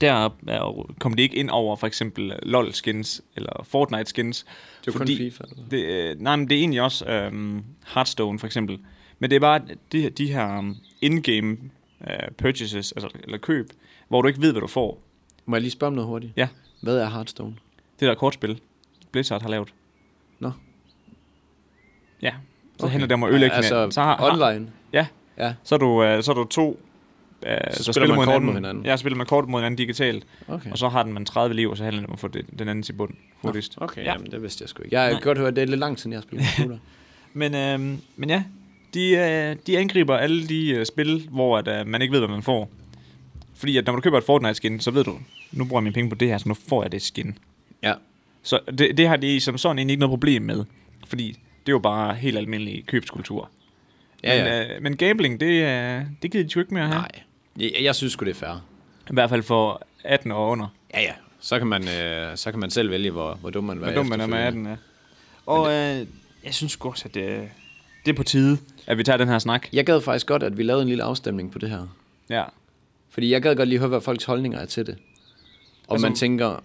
Der er- kom de ikke ind over for eksempel LOL-skins eller Fortnite-skins. Det er jo kun FIFA, eller Det, øh, nej, men det er egentlig også øhm, Hearthstone for eksempel. Men det er bare de, de her øhm, in-game øh, purchases, altså, eller køb, hvor du ikke ved, hvad du får. Må jeg lige spørge om noget hurtigt? Ja, Hvad er Hearthstone? det der kortspil, Blizzard har lavet. Nå. Ja, så okay. handler det om at ødelægge altså, hinanden. Så har, har, online. Ja. ja. Så er du, øh, så er du to, øh, der spiller man kort mod hinanden. Ja, så spiller man kort mod hinanden digitalt, Okay. og så har den man 30 liv, og så handler det om at få det, den anden til bunden hurtigst. Okay, Ja. ja. jamen, det vidste jeg sgu ikke. Jeg kan godt høre, at det er lidt lang tid, jeg har spillet computer. Men, øh, men ja, de, øh, de angriber alle de øh, spil, hvor at, øh, man ikke ved, hvad man får. Fordi at når du køber et Fortnite-skin, så ved du, nu bruger jeg mine penge på det her, så nu får jeg det skin. ja. Så det, det har de som sådan egentlig ikke noget problem med, fordi det er jo bare helt almindelig købskultur. Ja, ja. Men, øh, men gambling, det, øh, det gider de jo ikke mere at have. Nej. Jeg, jeg synes sgu, det er fair. I hvert fald for 18 år og under. Ja, ja. Så kan man, øh, så kan man selv vælge, hvor, hvor dum man vil Hvor være dum man er med efterfølgende. 18, ja. Og øh, jeg synes sgu også, at det, det er på tide, at vi tager den her snak. Jeg gad faktisk godt, at vi lavede en lille afstemning på det her. Ja. Fordi jeg gad godt lige høre, hvad folks holdninger er til det. Og altså, man tænker,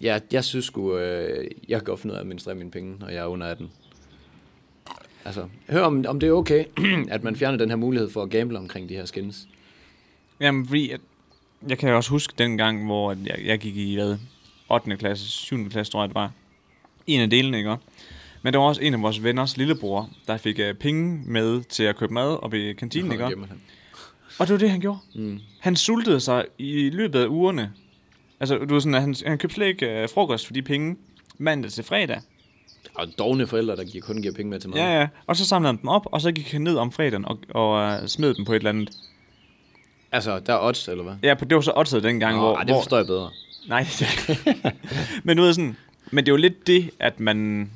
ja, jeg synes sgu, øh, jeg kan godt finde ud af at administrere mine penge, når jeg er under 18. Altså, hør om, om det er okay, at man fjerner den her mulighed for at gamble omkring de her skins. Jamen, fordi at, jeg kan jo også huske den gang, hvor at jeg, jeg gik i, hvad, 8. klasse, 7. klasse, tror jeg, det var. En af delene, ikke? Men der var også en af vores venners lillebror, der fik uh, penge med til at købe mad og i kantinen, ikke? Gemmer han. Og det var det, han gjorde. Mm. Han sultede sig i løbet af ugerne. Altså, du ved sådan, at han, han købte slet ikke uh, frokost for de penge mandag til fredag. Og dogne forældre, der giver, kun giver penge med til mad. Ja, ja. Og så samlede han dem op, og så gik han ned om fredagen og, og uh, smed dem på et eller andet. Altså, der er odds, eller hvad? Ja, på- det var så oddset dengang, Nå, hvor... ej, det hvor, forstår jeg bedre. Nej. men du ved sådan... Men det er jo lidt det, at man...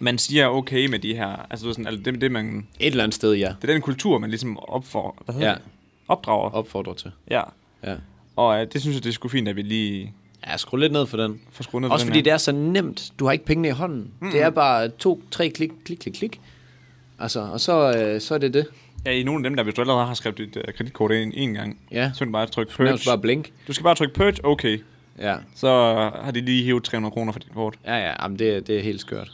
Man siger okay med de her... Altså, du ved sådan, altså det, det, man, Et eller andet sted, ja. det er den kultur, man ligesom opfor, hvad hedder Ja. det? opdrager. Opfordrer til. Ja. Ja. Og uh, det synes jeg, det er sgu fint, at vi lige Ja, skru lidt ned for den. får skruet ned for Også den fordi her. det er så nemt. Du har ikke pengene i hånden. Mm-hmm. Det er bare to, tre klik, klik, klik, klik. Altså, og så, øh, så er det det. Ja, i nogle af dem, der hvis du allerede har skrevet dit øh, kreditkort ind en gang, Ja. så kan du bare trykke Nærmest purge. altså bare blink. Du skal bare trykke purge, okay. Ja, Så har de lige hævet 300 kroner for dit kort. ja, ja jamen det, det er helt skørt.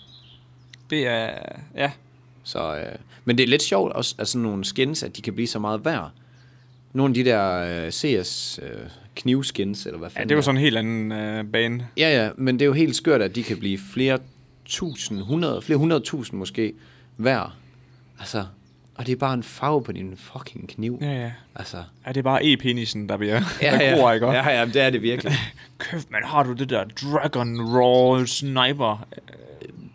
Det er, ja. Så, øh, men det er lidt sjovt også, at sådan nogle skins, at de kan blive så meget værd. Nogle af de der øh, CS øh, knivskins, eller hvad Ja, fanden det er jo sådan en helt anden øh, bane. Ja, ja, men det er jo helt skørt, at de kan blive flere tusind, hundrede, flere hundrede tusind måske hver. Altså, og det er bare en farve på din fucking kniv. Ja, ja. Altså, Ja, det er bare e-penisen, der bliver ja, der gror, ikke? Ja. ja, ja, men det er det virkelig. Kæft, man, har du det der Dragon Raw Sniper?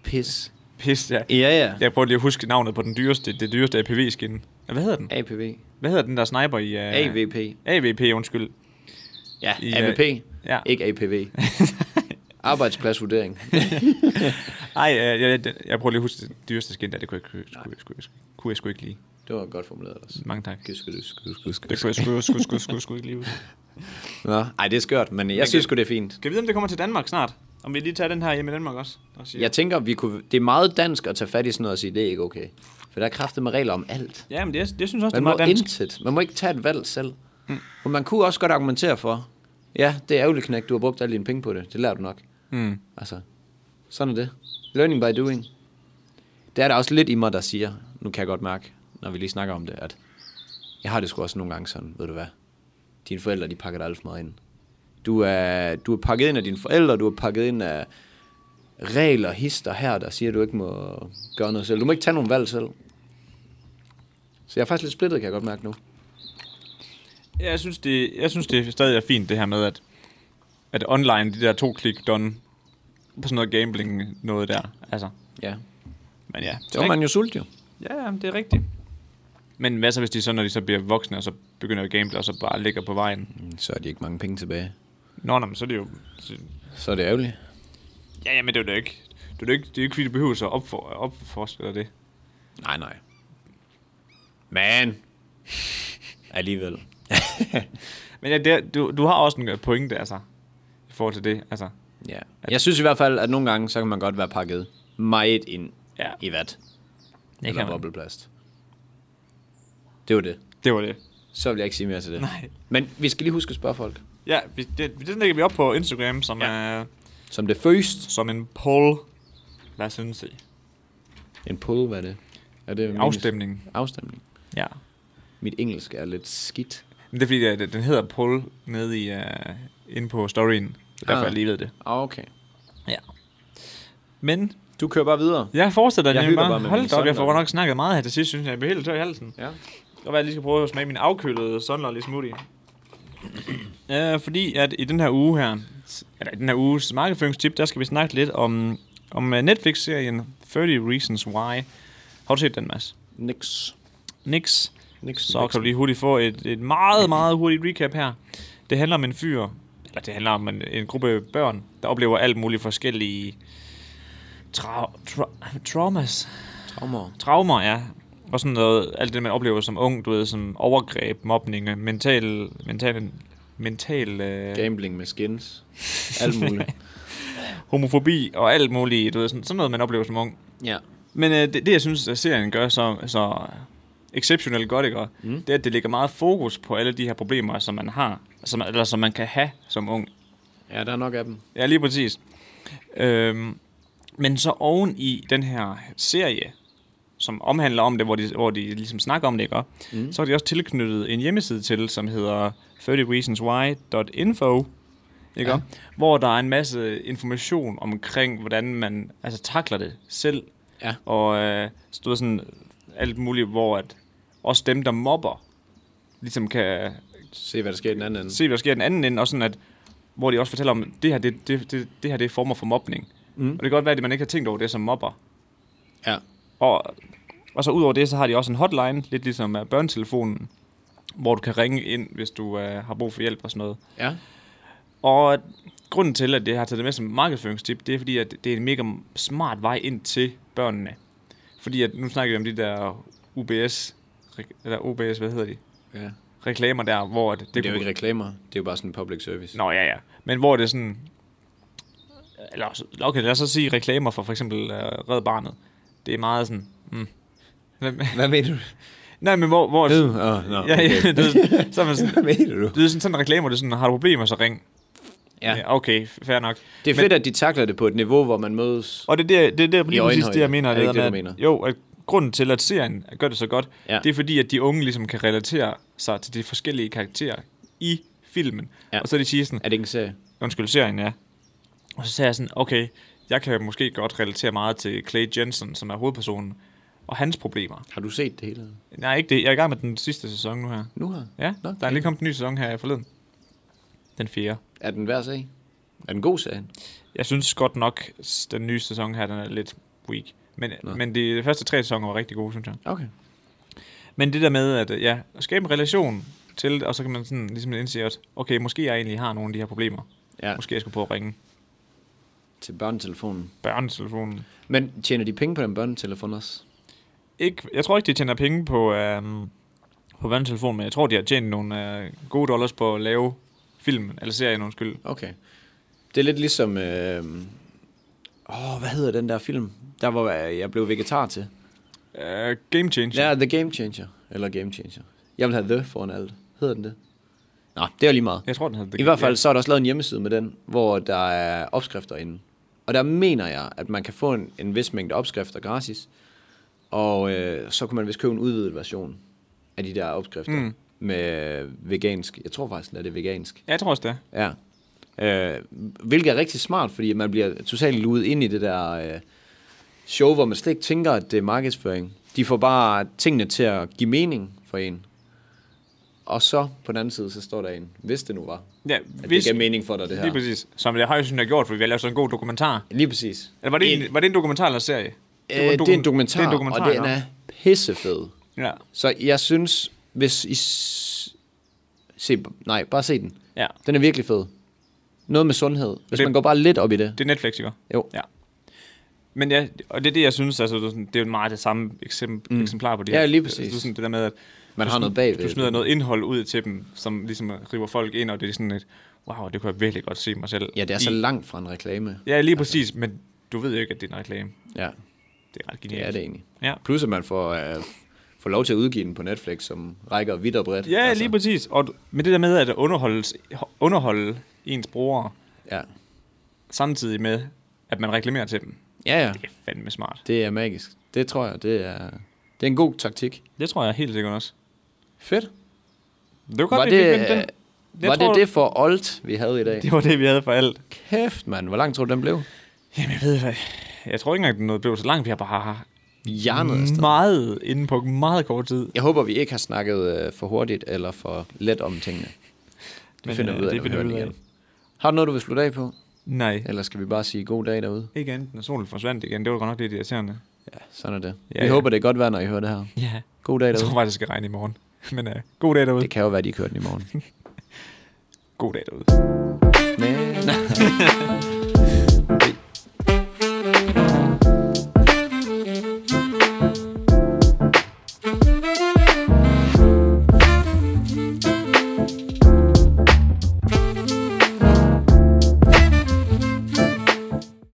Pis. Pis, ja. Ja, ja. Jeg prøver lige at huske navnet på den dyreste, det dyreste APV-skin. Hvad hedder den? APV. Hvad hedder den der sniper i... Uh... AVP. AVP, undskyld. Ja, I, øh, AVP. ja. Ikke APV. Arbejdspladsvurdering. Ej, øh, jeg, jeg, jeg prøver lige at huske det dyreste skin der, det kunne jeg, kunne, kunne, kunne, kunne, kunne jeg sgu ikke lide. Det var godt formuleret også. Mange tak. Gud, sgu, sgu, sgu, sgu. Det kunne jeg sgu, sgu, sgu, sgu, sgu ikke lide. Nå, ej, det er skørt, men jeg synes sgu, det er fint. Skal vi vide, om det kommer til Danmark snart? Om vi lige tager den her hjemme i Danmark også? Og siger. Jeg tænker, vi kunne, det er meget dansk at tage fat i sådan noget og sige, det er ikke okay. For der er kraftet med regler om alt. Ja, men det, det synes jeg også, det er Man må meget dansk. intet. Man må ikke tage et valg selv. Mm. Og man kunne også godt argumentere for, ja, det er ærgerligt, knæk, du har brugt alle dine penge på det. Det lærer du nok. Mm. Altså, sådan er det. Learning by doing. Det er der også lidt i mig, der siger, nu kan jeg godt mærke, når vi lige snakker om det, at jeg har det sgu også nogle gange sådan, ved du hvad, dine forældre, de pakker dig alt for meget ind. Du er, du er pakket ind af dine forældre, du er pakket ind af regler, hister her, der siger, at du ikke må gøre noget selv. Du må ikke tage nogen valg selv. Så jeg er faktisk lidt splittet, kan jeg godt mærke nu. Jeg synes, det, jeg synes, det stadig er fint, det her med, at, at online, de der to-klik done på sådan noget gambling noget der. Altså, Ja. men ja. Så er man jo sult, jo. Ja, ja, men det er rigtigt. Men hvad så, hvis de så, når de så bliver voksne, og så begynder at gamble, og så bare ligger på vejen? Så er de ikke mange penge tilbage. Nå, nå, men så er det jo... Så, Så er det ærgerligt. ja, ja, men det er jo da ikke... Det er jo ikke, det er jo ikke fordi du behøver så opfor, opforske dig det. Nej, nej. Men. Alligevel. Men ja, det, er- du, du har også en pointe, altså, i forhold til det, altså. Ja. Jeg synes i hvert fald, at nogle gange, så kan man godt være pakket meget ind Ja. ja. i vat. Det Eller bobleplast. Det var det. Det var det. Så vil jeg ikke sige mere til det. Nej. Men vi skal lige huske at spørge folk. Ja, vi, det, det lægger vi op på Instagram, som ja. er Som det første. som en poll. Hvad synes I? En pull, hvad er det? Er det min- Afstemning. Afstemning. Ja. Mit engelsk er lidt skidt. Men det er fordi, det, den hedder poll nede i, uh, inde på storyen. Det er derfor, Ah. jeg lige ved det. Okay. Ja. Men Du kører bare videre. Jeg fortsætter Jeg nemlig hygger bare. bare med Hold min da op, jeg får sunlight. godt nok snakket meget her til sidst, synes jeg. Jeg bliver helt tør i halsen. Ja. Og hvad jeg lige skal prøve at smage min afkølede sunlight smoothie. uh, fordi at i den her uge her, eller i den her uges markedsføringstip, der skal vi snakke lidt om, om øh, Netflix-serien 30 Reasons Why. Har du set den, Mads? Nix. Nix. Nix. Så kan du lige hurtigt få et, et meget, meget hurtigt recap her. Det handler om en fyr, eller det handler om en, en gruppe børn, der oplever alt muligt forskellige tra- tra- traumas, Traumer. traumer, ja. Og sådan noget, alt det, man oplever som ung, du ved, som overgreb, mobning, øh, mental, mental, mental øh, Gambling med skins. Alt muligt. homofobi og alt muligt, du ved, sådan, sådan noget, man oplever som ung. ja. Men øh, det, det, jeg synes, at serien gør så, så exceptionelt godt, ikke? Mm. det er, at det lægger meget fokus på alle de her problemer, som man har, som, eller som man kan have som ung. Ja, der er nok af dem. Ja, lige præcis. Øhm, men så oven i den her serie, som omhandler om det, hvor de, hvor de ligesom snakker om det, ikke? Mm. så har de også tilknyttet en hjemmeside til, som hedder 30reasonswhy.info, ikke? Ja. hvor der er en masse information omkring, hvordan man altså, takler det selv. Ja. Og øh, stod sådan alt muligt, hvor at også dem, der mobber, ligesom kan Se, hvad der sker i den anden ende. se, hvad der sker i den anden ende, og sådan at, hvor de også fortæller om, det her, det, det, det, det her det er former for mobning. Mm. Og det kan godt være, at man ikke har tænkt over det som mobber. Ja. Og, og så ud over det, så har de også en hotline, lidt ligesom uh, børnetelefonen, hvor du kan ringe ind, hvis du uh, har brug for hjælp og sådan noget. Ja. Og grunden til, at det har taget det med som markedsføringstip, det er fordi, at det er en mega smart vej ind til børnene. Fordi at, nu snakker vi om de der UBS, rek- eller OBS, hvad hedder de? ja. Reklamer der, hvor at det, Det er jo kunne- ikke reklamer. Det er jo bare sådan en public service. Nå, ja, ja. Men hvor det er sådan... øh, Eller, okay, lad os så sige reklamer for for eksempel uh, Red Barnet. Det er meget sådan... Mm, Hvem? Hvad mener du? Nej, men hvor... hvor Død? Åh, nå. Ja, ja, du, ved, så er man Hvad sådan, mener du? du ved, sådan, sådan en reklamer, det er sådan, har du problemer, så ring. Ja. okay, fair nok. Det er fedt, at de takler det på et niveau, hvor man mødes. Og det er der, det er der lige præcis det, øjenhøjde. jeg mener. Er det ikke der det, med, du at- Jo, at grunden til, at serien gør det så godt, ja. Ja. det er fordi, at de unge ligesom kan relatere sig til de forskellige karakterer i filmen. Ja. Ja. Og så er de siger sådan, Er det ikke en serie? undskyld, serien, ja. Og så sagde jeg sådan, okay, jeg kan måske godt relatere meget til Clay Jensen, som er hovedpersonen, og hans problemer. Har du set det hele? Nej, ikke det. Jeg er i gang med den sidste sæson nu her. Nu har Ja, Nå, der er lige kommet en ny sæson her forleden. Den fjerde. Er den værd at se? Er den god serie? Jeg synes godt nok, s- den nye sæson her, den er lidt weak. Men, men de første tre sæsoner var rigtig gode, synes jeg. Okay. Men det der med, at øh, ja, at skabe en relation til det, og så kan man sådan ligesom indse, at okay, måske jeg egentlig har nogle af de her problemer. Ja, Måske jeg skulle prøve at ringe til børnetelefonen. børnetelefonen. Men tjener de penge på den børnetelefon også? Ikke, jeg tror ikke, de tjener penge på, øhm, på børnetelefonen, men jeg tror, de har tjent nogle øh, gode dollars på at lave filmen, eller serien, undskyld. Okay. Det er lidt ligesom... Øh... Åh, hvad hedder den der film? Der var jeg blev vegetar til. Øh, game Changer. Ja, The Game Changer. Eller Game Changer. Jeg vil have The foran alt. Hedder den det? Nå, det er jo lige meget. Jeg tror, den hedder The I hvert fald så er der også lavet en hjemmeside med den, hvor der er opskrifter inde. Og der mener jeg, at man kan få en, en vis mængde opskrifter gratis. Og øh, så kan man vist købe en udvidet version af de der opskrifter. Mm. Mm. Med vegansk. Jeg tror faktisk, at det er vegansk. Ja, jeg tror også det. Ja. Øh, hvilket er rigtig smart, fordi man bliver totalt luet ind i det der øh, show, hvor man slet ikke tænker, at det er markedsføring. De får bare tingene til at give mening for en. Og så på den anden side, så står der en, hvis det nu var, Ja, at det gav mening for dig, det her. Lige præcis. Som jeg har jo synes, jeg har gjort, fordi vi har lavet sådan en god dokumentar. Lige præcis. Eller var det, en, en, var det en dokumentar eller serie? øh, det, er en dokumentar, Det er en dokumentar, og den ja. er øh, pissefed. Ja. Så jeg synes, hvis I... s- Se, nej, bare se den. ja. Den er virkelig fed. Noget med sundhed. Hvis Det- man går bare lidt op i det. Det er Netflix, ikke? Jo. Ja. Men ja, og det er det, jeg synes, altså, det er sådan- det er jo meget det samme eksempel, mm. eksemplar på det Ja, her. lige præcis. Det er sådan det der med, at Man du har sm- noget bagved. Du smider noget indhold ud til dem, som ligesom river folk ind, og det er sådan et, wow, det kunne jeg virkelig godt se mig selv Ja, det er i. så Altså. langt fra en reklame. Ja, lige præcis, men du ved jo ikke, at det er en reklame. Ja, Det er ret det genialt. er det egentlig. Ja. Plus at man får, øh, får lov til at udgive den på Netflix, som rækker vidt og bredt. Ja, altså. lige præcis. Og med det der med at underholde, underholde ens brugere, Ja. samtidig med, at man reklamerer til dem. ja, ja. Det er fandme smart. Det er magisk. Det tror jeg, det er, det er en god taktik. Det tror jeg helt sikkert også. Fedt. Det var godt, Var vi fik det, øh, vendt den. Jeg var tror- det det for old, vi havde i dag? Det var det, vi havde for alt. Kæft, mand. Hvor lang tror du, den blev? Jamen, jeg ved hvad. Jeg tror ikke engang, det nåede blev så langt. Vi har bare Hjernet afsted. meget inde på meget kort tid. Jeg håber, vi ikke har snakket øh, for hurtigt eller for let om tingene. Det Men, finder øh, vi ud af, det når vi finder hører vi den ud af. igen. Har du noget, du vil slutte af på? Nej, Eller skal vi bare sige god dag derude? ikke andet, når solen forsvandt igen. Det var godt nok lidt irriterende. Ja, sådan er det. Ja, Ja, vi ja. ja. håber, det er godt vejr, når I hører det her. Ja, God dag jeg derude. tror faktisk, det skal regne i morgen. Men uh, god dag derude. Det kan jo være, de kører den i morgen. God dag derude. Men...